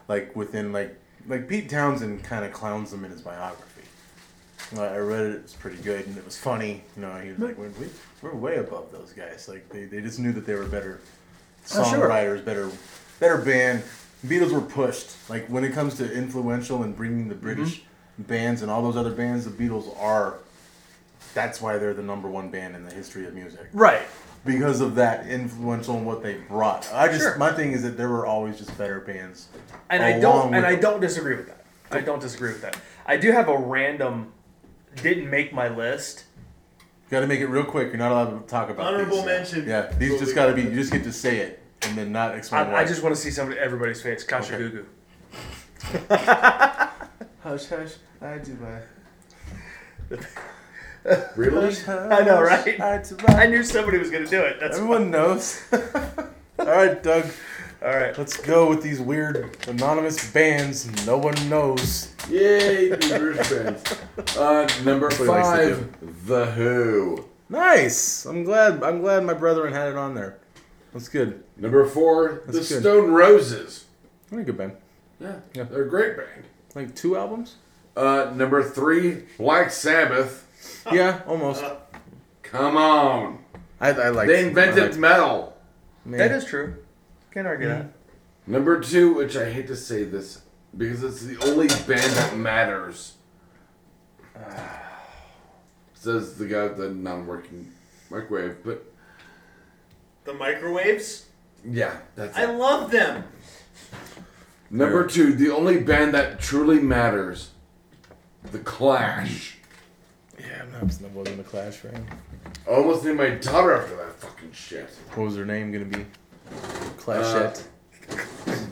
Like within like like Pete Townsend kind of clowns them in his biography. Like, I read it; it was pretty good and it was funny. You know, he was Hmm. like, "We're, we- we're way above those guys. Like they, they just knew that they were better Oh, sure. songwriters, better better band. Beatles were pushed. Like when it comes to influential and bringing Mm-hmm. the British bands and all those other bands, the Beatles are. That's why they're the number one band in the history of music Right. because of that influential and what they brought. I just Sure. my thing is that there were always just better bands. and I along don't with- and I don't disagree with that. I don't disagree with that. I do have a random didn't make my list. Got to make it real quick. You're not allowed to talk about Honorable these. mention. Yeah, these just got to be. You just get to say it and then not explain I, why. I just want to see somebody everybody's face. Kasha Okay. Gugu. hush hush. I do I. Really? I know, right? I do I knew somebody was gonna do it. That's Everyone knows. *laughs* All right, Doug. all right. Let's go with these weird anonymous bands. No one knows. Yay, the British *laughs* bands. Uh, number likes to five, The Who. Nice. I'm glad. I'm glad my brethren had it on there. That's good. Number four, That's The good. Stone Roses. Pretty good band. Yeah, Yeah. they're a great band. Like two albums. Uh, number three, Black Sabbath. Yeah, Uh, almost. Come on. I, I like. They invented metal. That is true. Can't argue that. Number two, which I hate to say this because it's the only band that matters. *sighs* Says the guy with the non working microwave, but The microwaves. yeah, that's I it. love them. Number two, the only band that truly matters The Clash. Yeah, I'm not. That wasn't the Clash fan. I almost named my daughter after that fucking shit. What was their name gonna be? Clashette.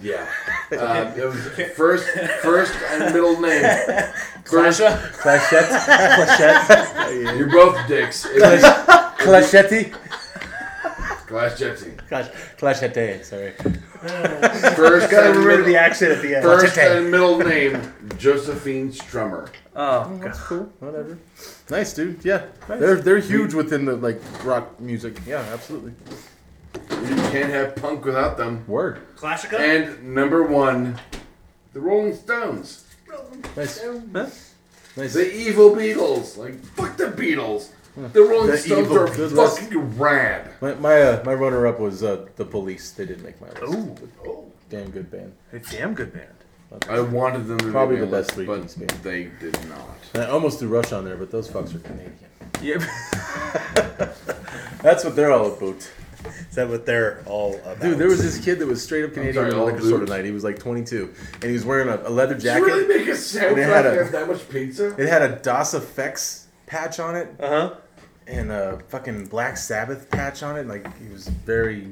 Yeah. Uh, it was first, first and middle *laughs* name. *laughs* First, Clashette. you're both dicks. It was Clashetti. Clash Gypsy. Uh, Clash. Clashette. Sorry. *laughs* First, Gotta and remember middle, the accent at the end. first Clashette. and middle name Josephine Strummer. Oh god. That's cool. Whatever. Nice, dude. Yeah, they're they're huge within the like rock music. Yeah, absolutely. You can't have punk without them. Word. Classica. And number one, the Rolling Stones. Nice. Huh? Nice. The evil Beatles. Like, fuck the Beatles. The Rolling The Stones evil are Beatles. fucking rad. My my, uh, my runner up was uh, the Police. They did make my list. Oh, Damn good band. a damn good band. I wanted them to Probably be on the my best list, three-piece but band. they did not. And I almost threw Rush on there, but those fucks are Canadian. *laughs* Yep. That's what they're all about. Is that what they're all about? Dude, there was this kid that was straight up Canadian sorry, in the all liquor store blue? tonight. He was like 22, and he was wearing a, a leather Did jacket. you really make it sound They like had they a- have that much pizza? It had a DOS effects patch on it Uh huh. and a fucking Black Sabbath patch on it. Like he was very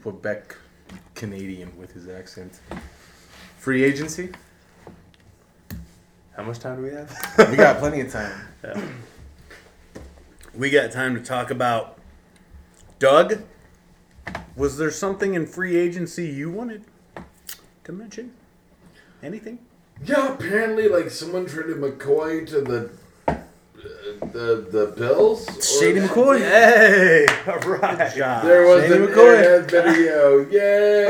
Quebec Canadian with his accent. Free agency? How much time do we have? We got plenty of time. we got time to talk about Doug. Was there something in free agency you wanted to mention? Anything? Yeah, apparently, like someone traded McCoy to the uh, the the Bills. or- Hey, All right. There was Shady an McCoy. internet video. Yay!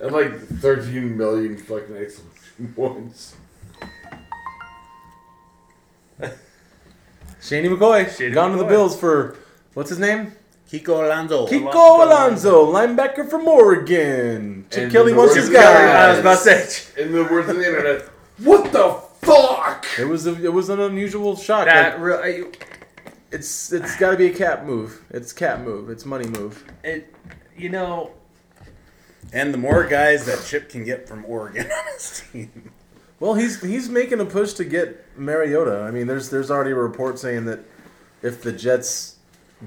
and like 13 million fucking exclamation points. Shaney McCoy. Shady gone to the McCoy. Bills for what's his name? Kiko Alonso. Kiko Alonso. Alonso, linebacker from Oregon. Chip And Kelly the wants Oregon his I was guy. about to say In the words of the internet, what the fuck? It was a, it was an unusual shock. Like, that. Re- it's it's got to be a cap move. It's cap move. It's money move. I, it, you know, And the more guys that Chip can get from Oregon on his team. Well, he's he's making a push to get Mariota. I mean, there's there's already a report saying that if the Jets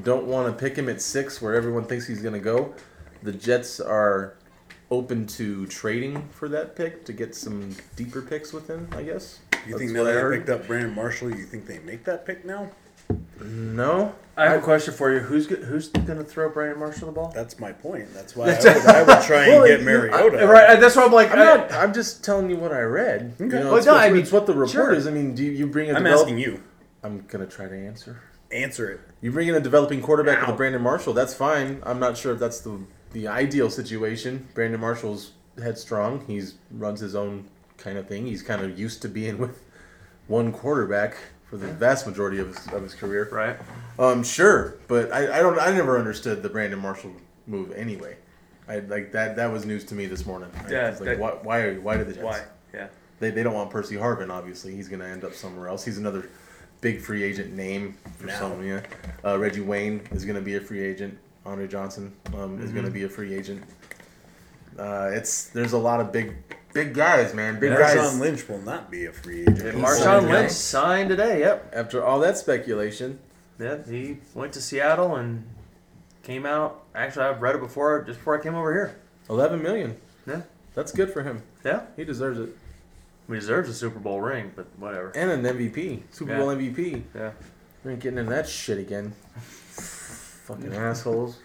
don't want to pick him at six, where everyone thinks he's going to go, the Jets are open to trading for that pick to get some deeper picks with him. I guess. You That's think now what I that they heard. picked up Brandon Marshall, you think they make that pick now? No, I have a question for you. Who's go- who's gonna throw Brandon Marshall the ball? That's my point. That's why I would, I would try *laughs* and Well, get you- Mariota. Right. That's why I'm like. I'm not. I'm just telling you what I read. You know, Well, it's, no, what- I mean, it's what the report sure. is. I mean, do you, you bring a? I'm develop- asking you. I'm gonna try to answer. Answer it. You bring in a developing quarterback with a Brandon Marshall. That's fine. I'm not sure if that's the the ideal situation. Brandon Marshall's headstrong. He's runs his own kind of thing. He's kind of used to being *laughs* with one quarterback for the vast majority of his, of his career. right. Um, sure, but I, I don't. I never understood the Brandon Marshall move anyway. I like that. That was news to me this morning. I Yeah, was like, that- why, why? Why did the Jets? Why? Yeah. They, they don't want Percy Harvin, obviously. He's going to end up somewhere else. He's another big free agent name for Now. some. Yeah. Uh, Reggie Wayne is going to be a free agent. Andre Johnson um, is going to be a free agent. Uh, it's there's a lot of big big guys, man. Big guys. Marshawn Lynch will not be a free agent. signed Marshawn today. Lynch signed today. Yep. After all that speculation, Yeah. He went to Seattle and came out. Actually, I've read it before, just before I came over here. 11 million. Yeah. That's good for him. Yeah. He deserves it. He deserves a Super Bowl ring, but whatever. And an MVP, Super Yeah. Bowl MVP. Yeah. We ain't getting into that shit again. *laughs* Fucking assholes.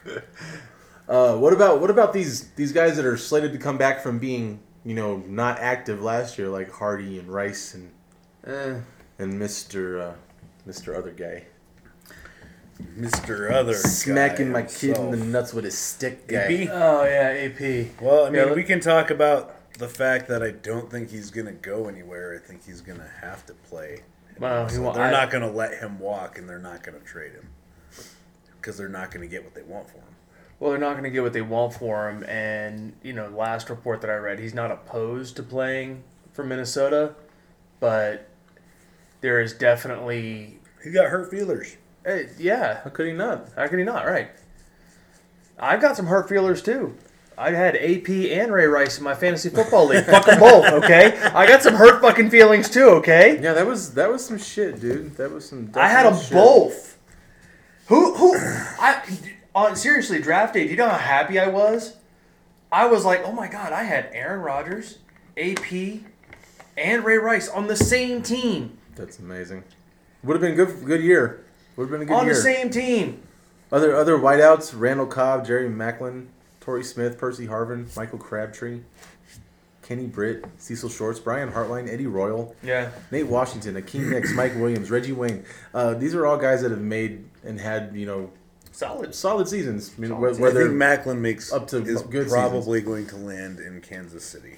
Uh, what about what about these these guys that are slated to come back from being you know not active last year, like Hardy and Rice and Eh. and Mister uh, Mister Other Guy, Mr. Other. smacking my kid in the himself. nuts with a stick guy. It'd be- Oh yeah, AP. Well, I mean, Yeah, let- we can talk about the fact that I don't think he's going to go anywhere. I think he's going to have to play. Well, he So won't- they're I- not going to let him walk, and they're not going to trade him because they're not going to get what they want for him. Well, they're not going to get what they want for him, and you know, last report that I read, he's not opposed to playing for Minnesota, but there is definitely, He got hurt feelers. eh, yeah, How could he not? how could he not? Right. I've got some hurt feelers too. I had AP and Ray Rice in my fantasy football *laughs* league. Fuck 'em both, okay? I got some hurt fucking feelings too, okay? Yeah, that was that was some shit, dude. That was some. I had them definite shit. both. Who who? I on seriously draft day. Do you know how happy I was? I was like, oh my god, I had Aaron Rodgers, AP, and Ray Rice on the same team. That's amazing. Would have been good good year. Would have been a good on year. the same team. Other other wideouts: Randall Cobb, Jerry Macklin, Torrey Smith, Percy Harvin, Michael Crabtree, Kenny Britt, Cecil Shorts, Brian Hartline, Eddie Royal, Yeah. Nate Washington, Akeem Nix, Mike Williams, Reggie Wayne. Uh, these are all guys that have made and had you know Solid. solid seasons. I mean, wh- I think whether Macklin makes up to is good probably going to land in Kansas City.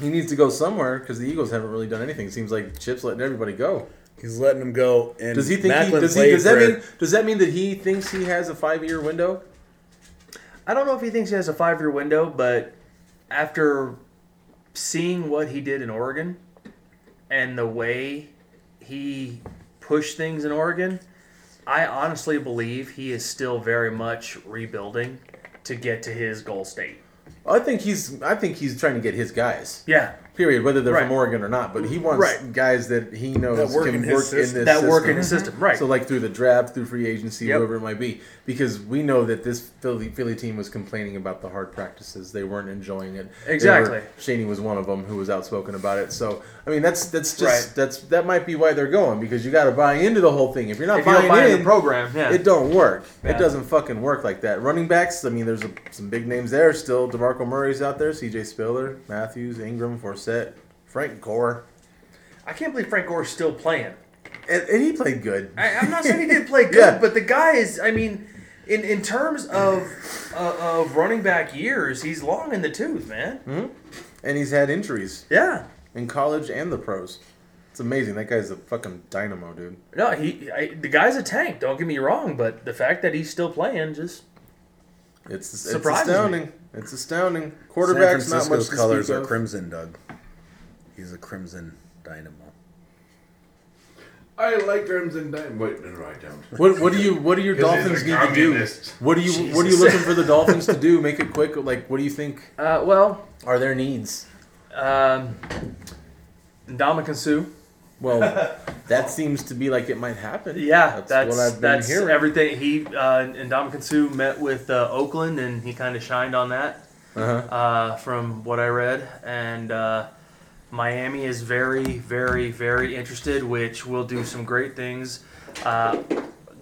He needs to go somewhere because the Eagles haven't really done anything. Seems like Chip's letting everybody go. He's letting him go. And Does he think? He, Macklin does he? played Does that for- mean? Does that mean that he thinks he has a five-year window? I don't know if he thinks he has a five year window, but after seeing what he did in Oregon and the way he pushed things in Oregon, I honestly believe he is still very much rebuilding to get to his goal state. I think he's. I think he's trying to get his guys. Yeah, Period. Whether they're Right. from Oregon or not, but he wants Right. guys that he knows That work can in his work in system. this that work system. in his system, right? So like through the draft, through free agency, Yep. whoever it might be, because we know that this Philly Philly team was complaining about the hard practices; they weren't enjoying it. They were- Exactly. Shaney was one of them who was outspoken about it. So I mean, that's that's just Right. that's that might be why they're going because you got to buy into the whole thing. If you're not if you buying don't buy in, in the program, yeah, it don't work. Yeah. It doesn't fucking work like that. Running backs, I mean, there's a, some big names there still. Demarco Murray's out there, C.J. Spiller, Matthews, Ingram, Forsett, Frank Gore, I can't believe Frank Gore's still playing. and, and he played good. I, I'm not saying he didn't play good, Yeah. but the guy is. I mean, in in terms of uh, of running back years, he's long in the tooth, man. and he's had injuries. Yeah. in college and the pros. It's amazing. That guy's a fucking dynamo, dude. No, he I, the guy's a tank. Don't get me wrong, but the fact that he's still playing just It's, it's Surprises me. astounding. It's astounding. San Quarterbacks not much Francisco's to colors speak are of. crimson, Doug. He's a crimson dynamo. I like Crimson Diamond. Wait, no, no, I don't. What, what do you What do your Because he's Dolphins a need to do? communist. What do you What are you Jesus. looking for the Dolphins to do? Make it quick. Like, what do you think uh, well, are their needs? um, Ndamukong Suh. *laughs* Well, that seems to be like it might happen. Yeah, that's, that's that's, what I've been hearing. everything. He uh, and Dominican met with uh, Oakland, and he kind of shined on that uh-huh. uh, from what I read. And uh, Miami is very, very, very interested, which will do some great things. Uh,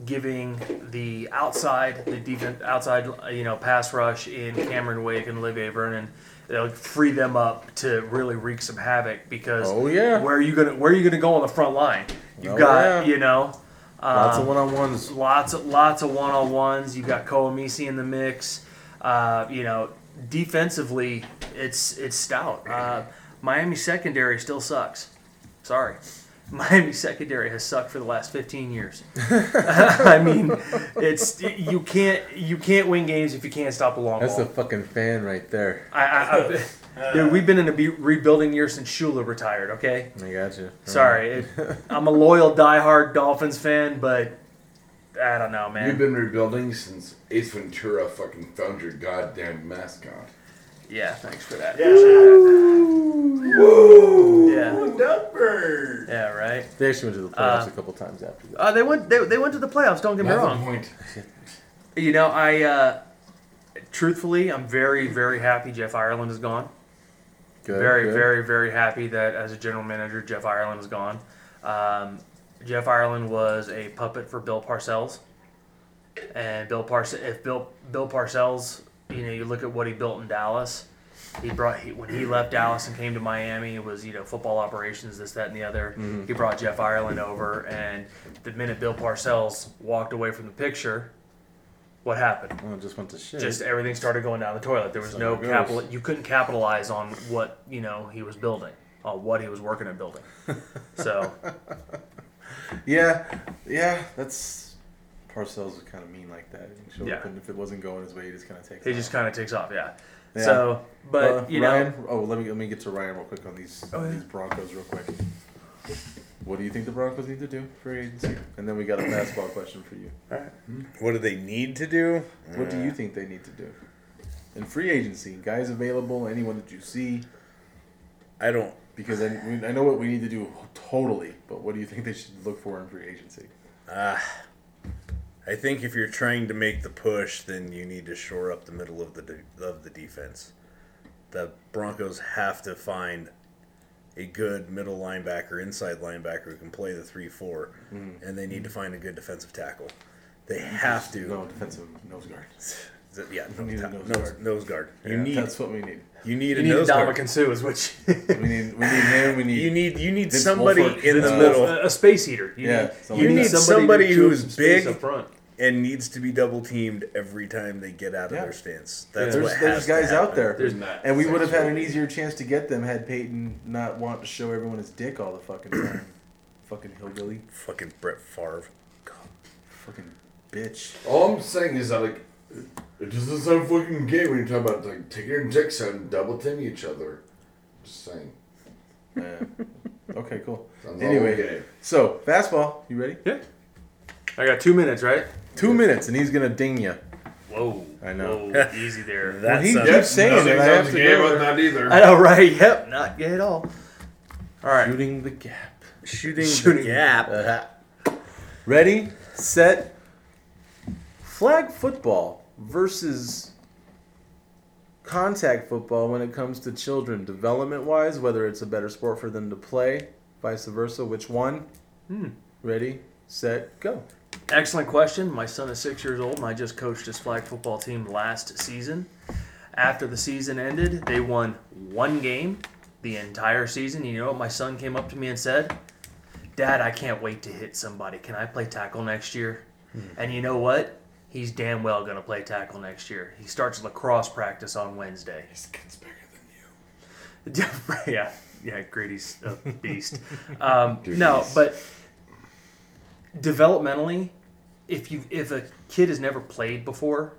giving the outside, the defense, outside, uh, you know, pass rush in Cameron Wake and Olivier Vernon, it'll free them up to really wreak some havoc because Oh, yeah. where are you gonna where are you gonna go on the front line? You Oh, yeah. got you know. Lots um, of one on ones. lots of lots of one on ones. You got Koamisi in the mix. Uh, you know, defensively, it's it's stout. Uh, Miami secondary still sucks. Sorry, *laughs* Miami secondary has sucked for the last 15 *laughs* years. *laughs* I mean, it's you can't you can't win games if you can't stop a long That's a ball. fucking fan right there. I I, I, dude, we've been in a be- rebuilding year since Shula retired. Okay, I got you. sorry, *laughs* it, I'm a loyal diehard Dolphins fan, but I don't know, man. You've been rebuilding since Ace Ventura fucking found your goddamn mascot. Yeah, thanks for that. Yeah. Yeah, Number. yeah, right. They actually went to the playoffs Uh, a couple times after that. Uh, they went. They, they went to the playoffs. Don't get me Not the wrong. point. You know, I uh, truthfully, I'm very, very happy Jeff Ireland is gone. Good, very, good. very, very happy that as a general manager, Jeff Ireland is gone. Um, Jeff Ireland was a puppet for Bill Parcells, and Bill Parcells. If Bill Bill Parcells, you know, you look at what he built in Dallas. He brought he, when he left Dallas and came to Miami. It was you know football operations, this, that, and the other. Mm-hmm. He brought Jeff Ireland over, and the minute Bill Parcells walked away from the picture, what happened? Well, it Oh, just went to shit. just everything started going down the toilet. There was no it goes. capital. You couldn't capitalize on what you know he was building, on what he was working at building. So Yeah, yeah, that's Parcells is kind of mean like that. He showed Yeah. up and if it wasn't going his way, he just kind of takes. he it just off. kind of takes off, yeah. Yeah. So, but Uh, you Ryan, know, oh, let me let me get to Ryan real quick on these Oh, yeah. these Broncos real quick. What do you think the Broncos need to do for agency? And then we *coughs* got a basketball question for you. What do they need to do? What do you think they need to do in free agency? Guys available, anyone that you see? I don't. Because I, I know what we need to do totally, but what do you think they should look for in free agency? I think if you're trying to make the push, then you need to shore up the middle of the de- of the defense. The Broncos have to find a good middle linebacker, inside linebacker who can play the three four, Mm. and they need to find a good defensive tackle. They have to. No defensive nose guard. Z- Yeah, no, need a ta- nose nose, guard. nose guard. You need That's what we need. you need a you need nose Adama guard. Kinsu is what We need we need him. *laughs* We need You need you need Vince somebody Wilfork. in the Vince you, middle. a, a space eater. You Yeah, need, somebody- you need somebody, somebody to chew up who's some space big. up front. and needs to be double teamed every time they get out of Yeah. their stance. That's There's, what there's has to guys out happen. there, There's not and we would have had an sexual- easier chance to get them had Peyton not want to show everyone his dick all the fucking *coughs* time. fucking hillbilly, Fucking Brett Favre. God. fucking bitch. All I'm saying is that like it doesn't sound fucking gay when you talk about like taking your dicks out and double teaming each other. Just saying. Okay, cool. Sounds all Anyway, gay. so fastball, you ready? Yeah. I got two minutes, right? Two minutes, and he's gonna ding you. Whoa. I know. Whoa, easy there. That he sounds- keeps saying Nothing it, I sounds have to gay go there. about that either. I know, right? Yep, not gay at all. All right. Shooting the gap. shooting, Shooting the gap. Uh-huh. Ready, set, flag football versus contact football when it comes to children development wise, whether it's a better sport for them to play, vice versa, which one? Ready, set, go. Excellent question. My son is six years old, and I just coached his flag football team last season. After the season ended, they won one game the entire season. You know what my son came up to me and said? Dad, I can't wait to hit somebody. Can I play tackle next year? Hmm. And you know what? He's damn well going to play tackle next year. He starts lacrosse practice on Wednesday. His kid's bigger than *laughs* yeah, yeah, Grady's a beast. *laughs* Um, no, but developmentally, if you if a kid has never played before,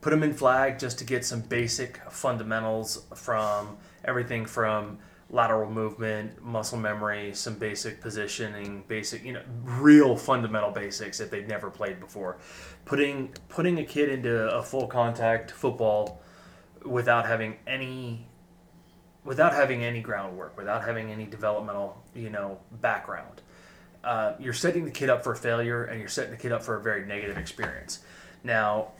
put them in flag just to get some basic fundamentals from everything from lateral movement, muscle memory, some basic positioning, basic you know real fundamental basics if they've never played before. Putting putting a kid into a full contact football without having any without having any groundwork, without having any developmental, you know, background, uh, you're setting the kid up for failure, and you're setting the kid up for a very negative experience. Now,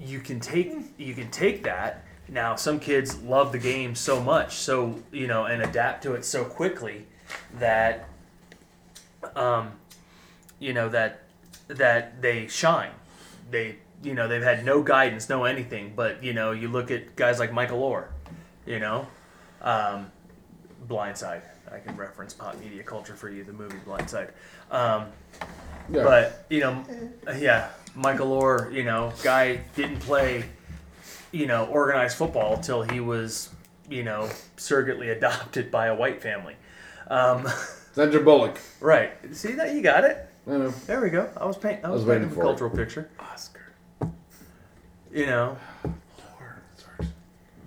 you can take you can take that. Now, some kids love the game so much, so you know, and adapt to it so quickly that, um, you know that that they shine. They you know they've had no guidance, no anything, but you know you look at guys like Michael Orr, you know, um, Blindside. I can reference pop media culture for you, the movie Blindside. Um, you. Yeah. But you know, yeah, Michael Orr, you know, guy didn't play, you know, organized football till he was, you know, surrogately *laughs* adopted by a white family. Um, *laughs* Sandra Bullock. right. See that you got it. I know. There we go. I was painting. I was, was waiting painting the for it. cultural picture. Oscar. You know.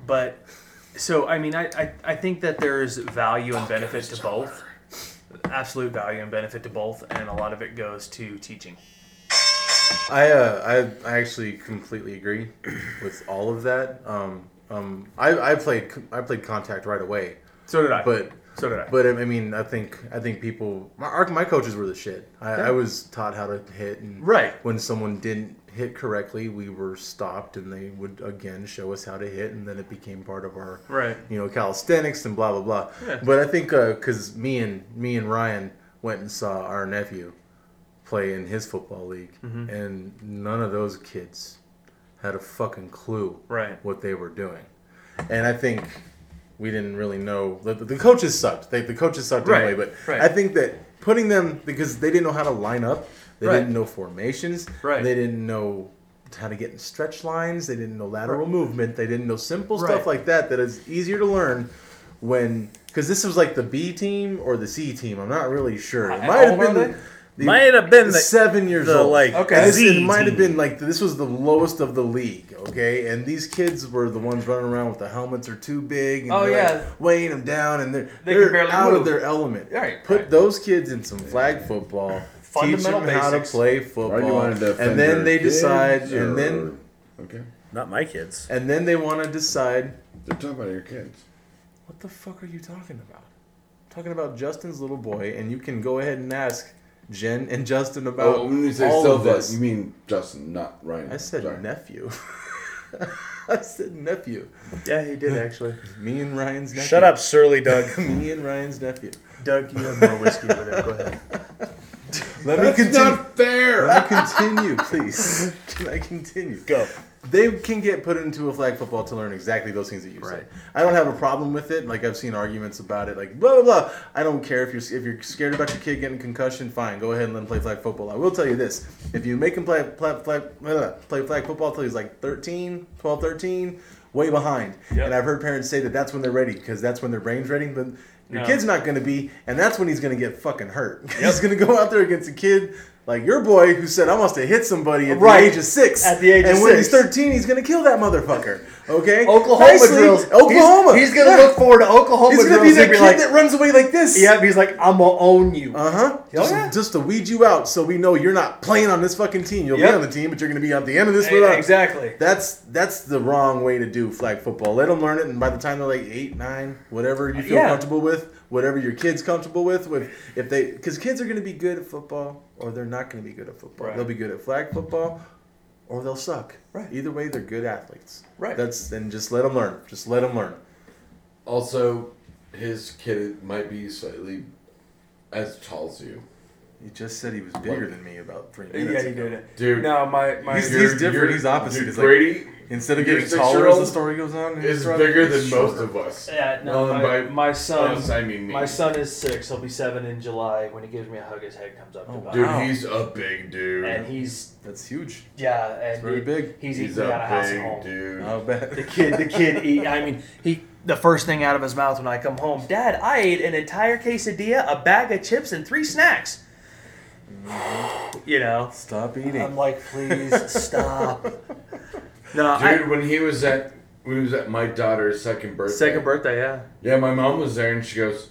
But so I mean I, I, I think that there's value and benefit to both. Absolute value and benefit to both, and a lot of it goes to teaching. I, uh, I I actually completely *clears throat* agree with all of that. Um, um, I, I played I played contact right away, So did I. but so did I. but I mean I think I think people my our, my coaches were the shit. I, I was taught how to hit and Right. when someone didn't hit correctly, we were stopped and they would again show us how to hit, and then it became part of our Right. you know calisthenics and blah blah blah. But I think because me and me and Ryan went and saw our nephew play in his football league, Mm-hmm. and none of those kids had a fucking clue Right. what they were doing, and I think we didn't really know the, the coaches sucked. They, the coaches sucked Right, anyway, but right. I think that putting them because they didn't know how to line up, they Right. didn't know formations, Right. They didn't know how to get in stretch lines. They didn't know lateral movement. They didn't know simple Right. stuff like that that is easier to learn when because this was like the B team or the C team. I'm not really sure. It How might have old are been. they? The, the- Might have been the- seven years the, old. like, okay, this, Z it might have team. been like this was the lowest of the league. Okay, and these kids were the ones running around with the helmets are too big. And Oh, they're, yeah. like, weighing them down, and they're They they can are barely out move. of their element. Right, Put right. those kids in some flag football. Teach Fundamental them how to basics. play Why do you football, want to defend and then your they kids, decide, or- and then okay, Not my kids. and then they want to decide they're talking about your kids. What the fuck are you talking about? talking about Justin's little boy, and you can go ahead and ask Jen and Justin about Oh, when you say all so of that, us. you mean Justin, not Ryan. I said Sorry. nephew. *laughs* I said nephew. Yeah, he did *laughs* actually. Me and Ryan's nephew. Shut up, surly Doug. Me and Ryan's nephew. *laughs* Doug, you have more whiskey over there. Go ahead. Let me continue. not fair. Let me *laughs* continue, please. Can I continue? Go. They can get put into a flag football to learn exactly those things that you Right. said. I don't have a problem with it. Like I've seen arguments about it, like blah blah blah. I don't care if you're if you're scared about your kid getting concussion. Fine, go ahead and let him play flag football. I will tell you this: if you make him play flag, flag, blah, play flag football till he's like 13, 12, 13, way behind. Yep. And I've heard parents say that that's when they're ready because that's when their brain's ready. But your No. kid's not going to be, and that's when he's going to get fucking hurt. *laughs* he's going to go out there against a kid. Like your boy who said, I wants to hit somebody at Right. the age of six. At the age and of when six. he's 13, he's going to kill that motherfucker. Okay? Oklahoma Nicely. drills. Oklahoma. He's, he's gonna Yeah. look forward to Oklahoma He's going to drills be that and be kid like, that runs away like this. yeah, he's like, I'm gonna own you. Uh huh. Just, yeah. just to weed you out so we know you're not playing on this fucking team. You'll Yep. be on the team, but you're going to be at the end of this E- without. exactly. That's that's the wrong way to do flag football. Let them learn it, and by the time they're like eight, nine, whatever you feel Yeah. comfortable with, whatever your kids comfortable with, with if they because kids are going to be good at football or they're not going to be good at football. Right. They'll be good at flag football or they'll suck. Right. Either way, they're good athletes. Right. That's and just let them learn. Just let them learn. Also, his kid might be slightly as tall as you. You just said he was bigger than me about three minutes Yeah, ago. you did it. Dude. no, my my He's- Your- he's different. your- He's opposite. dude, He's like- Brady Instead of Your getting taller as the six-year-old story goes on, is he's rather- bigger than he's most shorter. of us. Yeah, no, Well, my, by my son. us, I mean me. My son is six. He'll be seven in July. When he gives me a hug, his head comes up. to mine. Dude, Wow. he's a big dude. And he's That's huge. yeah, and It's very he- big. He's, he's eating out of a house and big home. dude. Oh, I'll bet. The kid, the kid. Eat, I mean, he. The first thing out of his mouth when I come home, Dad, I ate an entire quesadilla, a bag of chips, and three snacks. Mm-hmm. you know, Stop eating. I'm like, please *laughs* stop. No, Dude, I, when he was at when he was at my daughter's second birthday. second birthday, yeah, Yeah, my mom was there and she goes,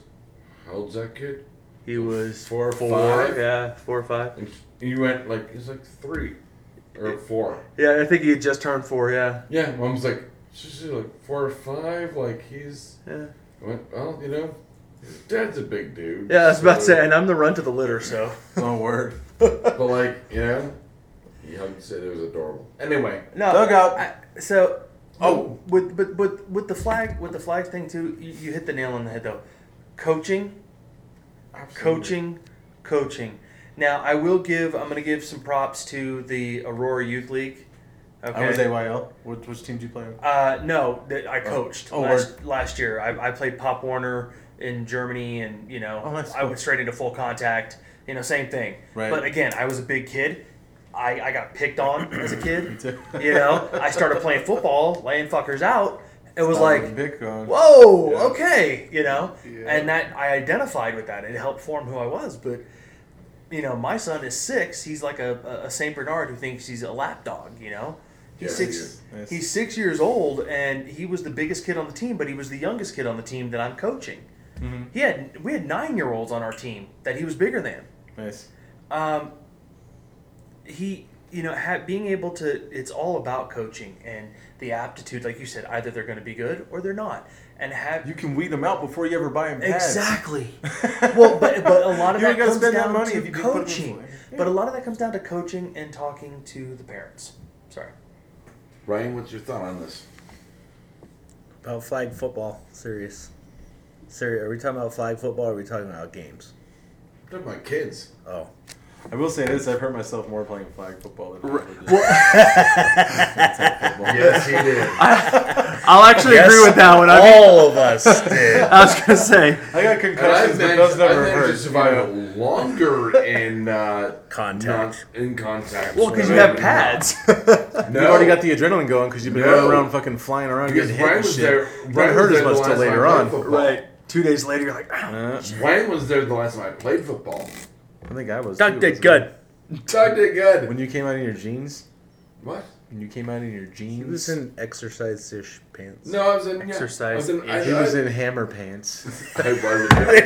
"How old's that kid?" he was Four or four, five? yeah, four or five. And he went like he's like three or four. Yeah, I think he had just turned four. Yeah, Yeah, mom's like she's like four or five. Like he's yeah. I went well, you know, his dad's a big dude. Yeah, I was about to so- say, and I'm the run to the litter, so. No word. But like you know, he hugged it. It was adorable. Anyway, No. Dugout. I, so. Oh. With but but with the flag with the flag thing too, you, you hit the nail on the head though. Coaching, coaching, coaching. Now I will give I'm gonna give some props to the Aurora Youth League. Okay. I was AYL. Which, which team did you play on? Uh, no, that I coached Oh, last, last year. I, I played Pop Warner in Germany, and you know, Oh, that's I went straight into full contact. You know, same thing. Right. But again, I was a big kid. I, I got picked on as a *laughs* kid. you know, I started playing football, laying fuckers out. It was like, Big on. whoa, okay, you know, and that I identified with that. It helped form who I was. But you know, my son is six. He's like a, a- a Saint Bernard who thinks he's a lapdog. You know, he's Yes, he six. is. Yes. He's six years old, and he was the biggest kid on the team, but he was the youngest kid on the team that I'm coaching. Mm-hmm. He had we had nine year olds on our team that he was bigger than Nice. um, he you know ha being able to it's all about coaching and the aptitude like you said either they're going to be good or they're not and have You can weed them out before you ever buy them pads. *laughs* exactly well but, but a lot of You that ain't gotta comes spend that down money to if you can put it in coaching play. but a lot of that comes down to coaching and talking to the parents sorry Ryan, what's your thought on this? *laughs* About flag football, serious. Serious. Are we talking about flag football? Or are we talking about games? They're my kids. Oh, I will say this: I've hurt myself more playing flag football than I ever did. *laughs* Yes, he did. I'll actually agree with that one. I, mean, all of *laughs* us did. I was gonna say I got And I've concussions, but managed, those I've never managed hurt. to survive longer in uh, Contact. not- in contact. well because you have pads. No, You already got the adrenaline going because you've been No. running around, fucking flying around, Because getting hit Ryan and was shit. there. You Ryan don't hurt as was there much till the last later time I on. Uh, played football. right. Two days later, you're like, ah. Ryan was there the last time I played football. I think I was. Doug too, did wasn't I? good. Doug did good. When you came out in your jeans, What? when you came out in your jeans, He was in exercise-ish pants. *laughs* No, I was in yeah, Exercise. I was in. I, He I, was in hammer pants. I wasn't. They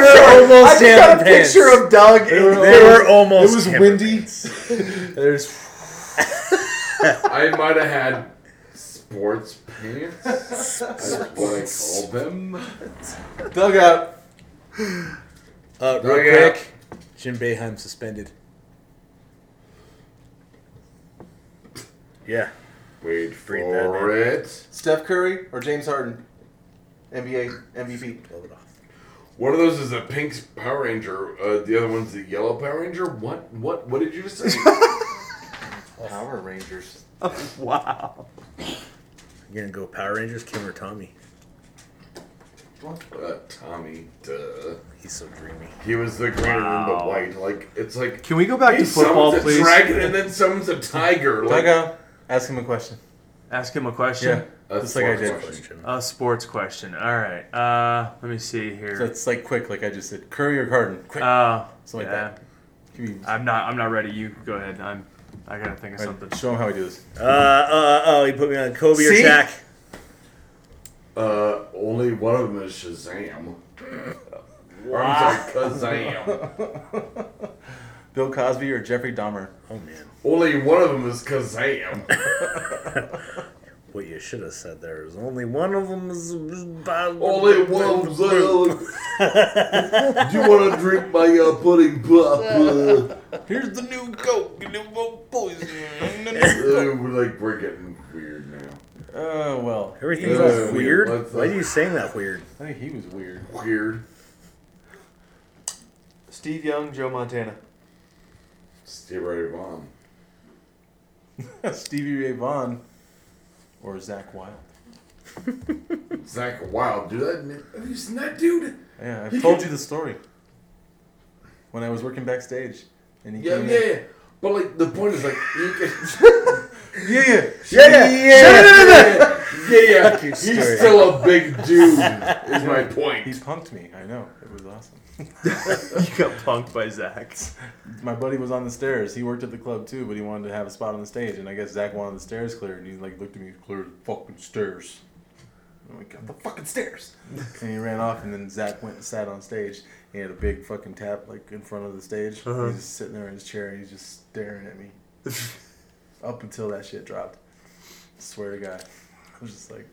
were I almost got ham a pants. picture of Doug. They were, almost. It was ham windy. pants. *laughs* There's I might have had sports pants. That's what I call them. dug out. Uh, Dug real out. quick, Jim Beheim suspended. Yeah. Wait Read that, for it. Steph Curry or James Harden, NBA MVP. Blow it off. One of those is a pink Power Ranger. Uh, the other one's the yellow Power Ranger. What? What? What did you just say? *laughs* Power Rangers. Wow. You gonna go Power Rangers, Kim or Tommy? uh, Tommy. Duh. He's so dreamy. He was the green and the white. Like it's like. Can we go back hey, to football, someone's please? a dragon and then someone's a tiger. Like Dago, ask him a question. Ask him a question. a Just like I did. A sports question. All right. Uh, let me see So here. it's like quick, like I just said, Curry or Harden. Quick. Uh, Something yeah. like that. Give me, I'm not. I'm not ready. You go ahead. I'm. I gotta think of something. *laughs* show him how we do this. Uh, uh, oh, he put me on Kobe See? or Shaq. Uh, only one of them is Shazam. Or I'm sorry, Kazam. Bill Cosby or Jeffrey Dahmer? Oh man, Only one of them is Kazam. what you should have said there is only one of them is. Only Only one of them. Do you want to drink my uh, pudding pop? Uh, Here's the new Coke, new poison. *laughs* uh, we're like we're getting weird now. Oh well, Everything's Uh, all weird. what's Why that? do you saying that weird? I think he was weird. Weird. Steve Young, Joe Montana. Steve Ray Vaughan. *laughs* Stevie Ray Vaughan or Zach Wilde. Zach Wild, dude. That, have you seen that dude? Yeah, He *laughs* I've told could- you the story. When I was working backstage, and he Yeah, came yeah, in. yeah. But like the point is like you can. yeah, yeah, Yeah, yeah, yeah, *laughs* yeah. *laughs* He's still a big dude. Is my He point. punked me. I know it was awesome. You got punked by Zach. *laughs* My buddy was on the stairs. He worked at the club too, but he wanted to have a spot on the stage. And I guess Zach wanted the stairs clear, and he like looked at me, clear the fucking stairs. I'm like, "Got the fucking stairs. and he ran off, and then Zach went and sat on stage. He had a big fucking tap like in front of the stage. He's just sitting there in his chair, and he's just staring at me. Up until that shit dropped, swear to God, I was just like,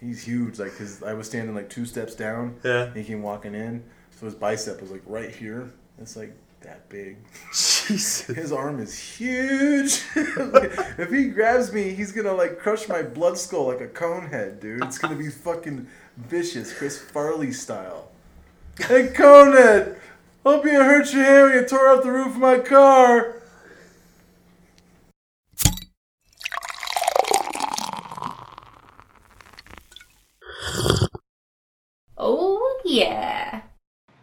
he's huge. Like, cause I was standing like two steps down. Yeah. And he came walking in, so his bicep was like right here. It's like that big. Jesus. *laughs* His arm is huge. *laughs* if he grabs me, he's gonna like crush my blood skull like a cone head, dude. It's gonna be fucking vicious, Chris Farley style. Hey, Conehead, hope you hurt your hand when you tore out the roof of my car. Oh, yeah.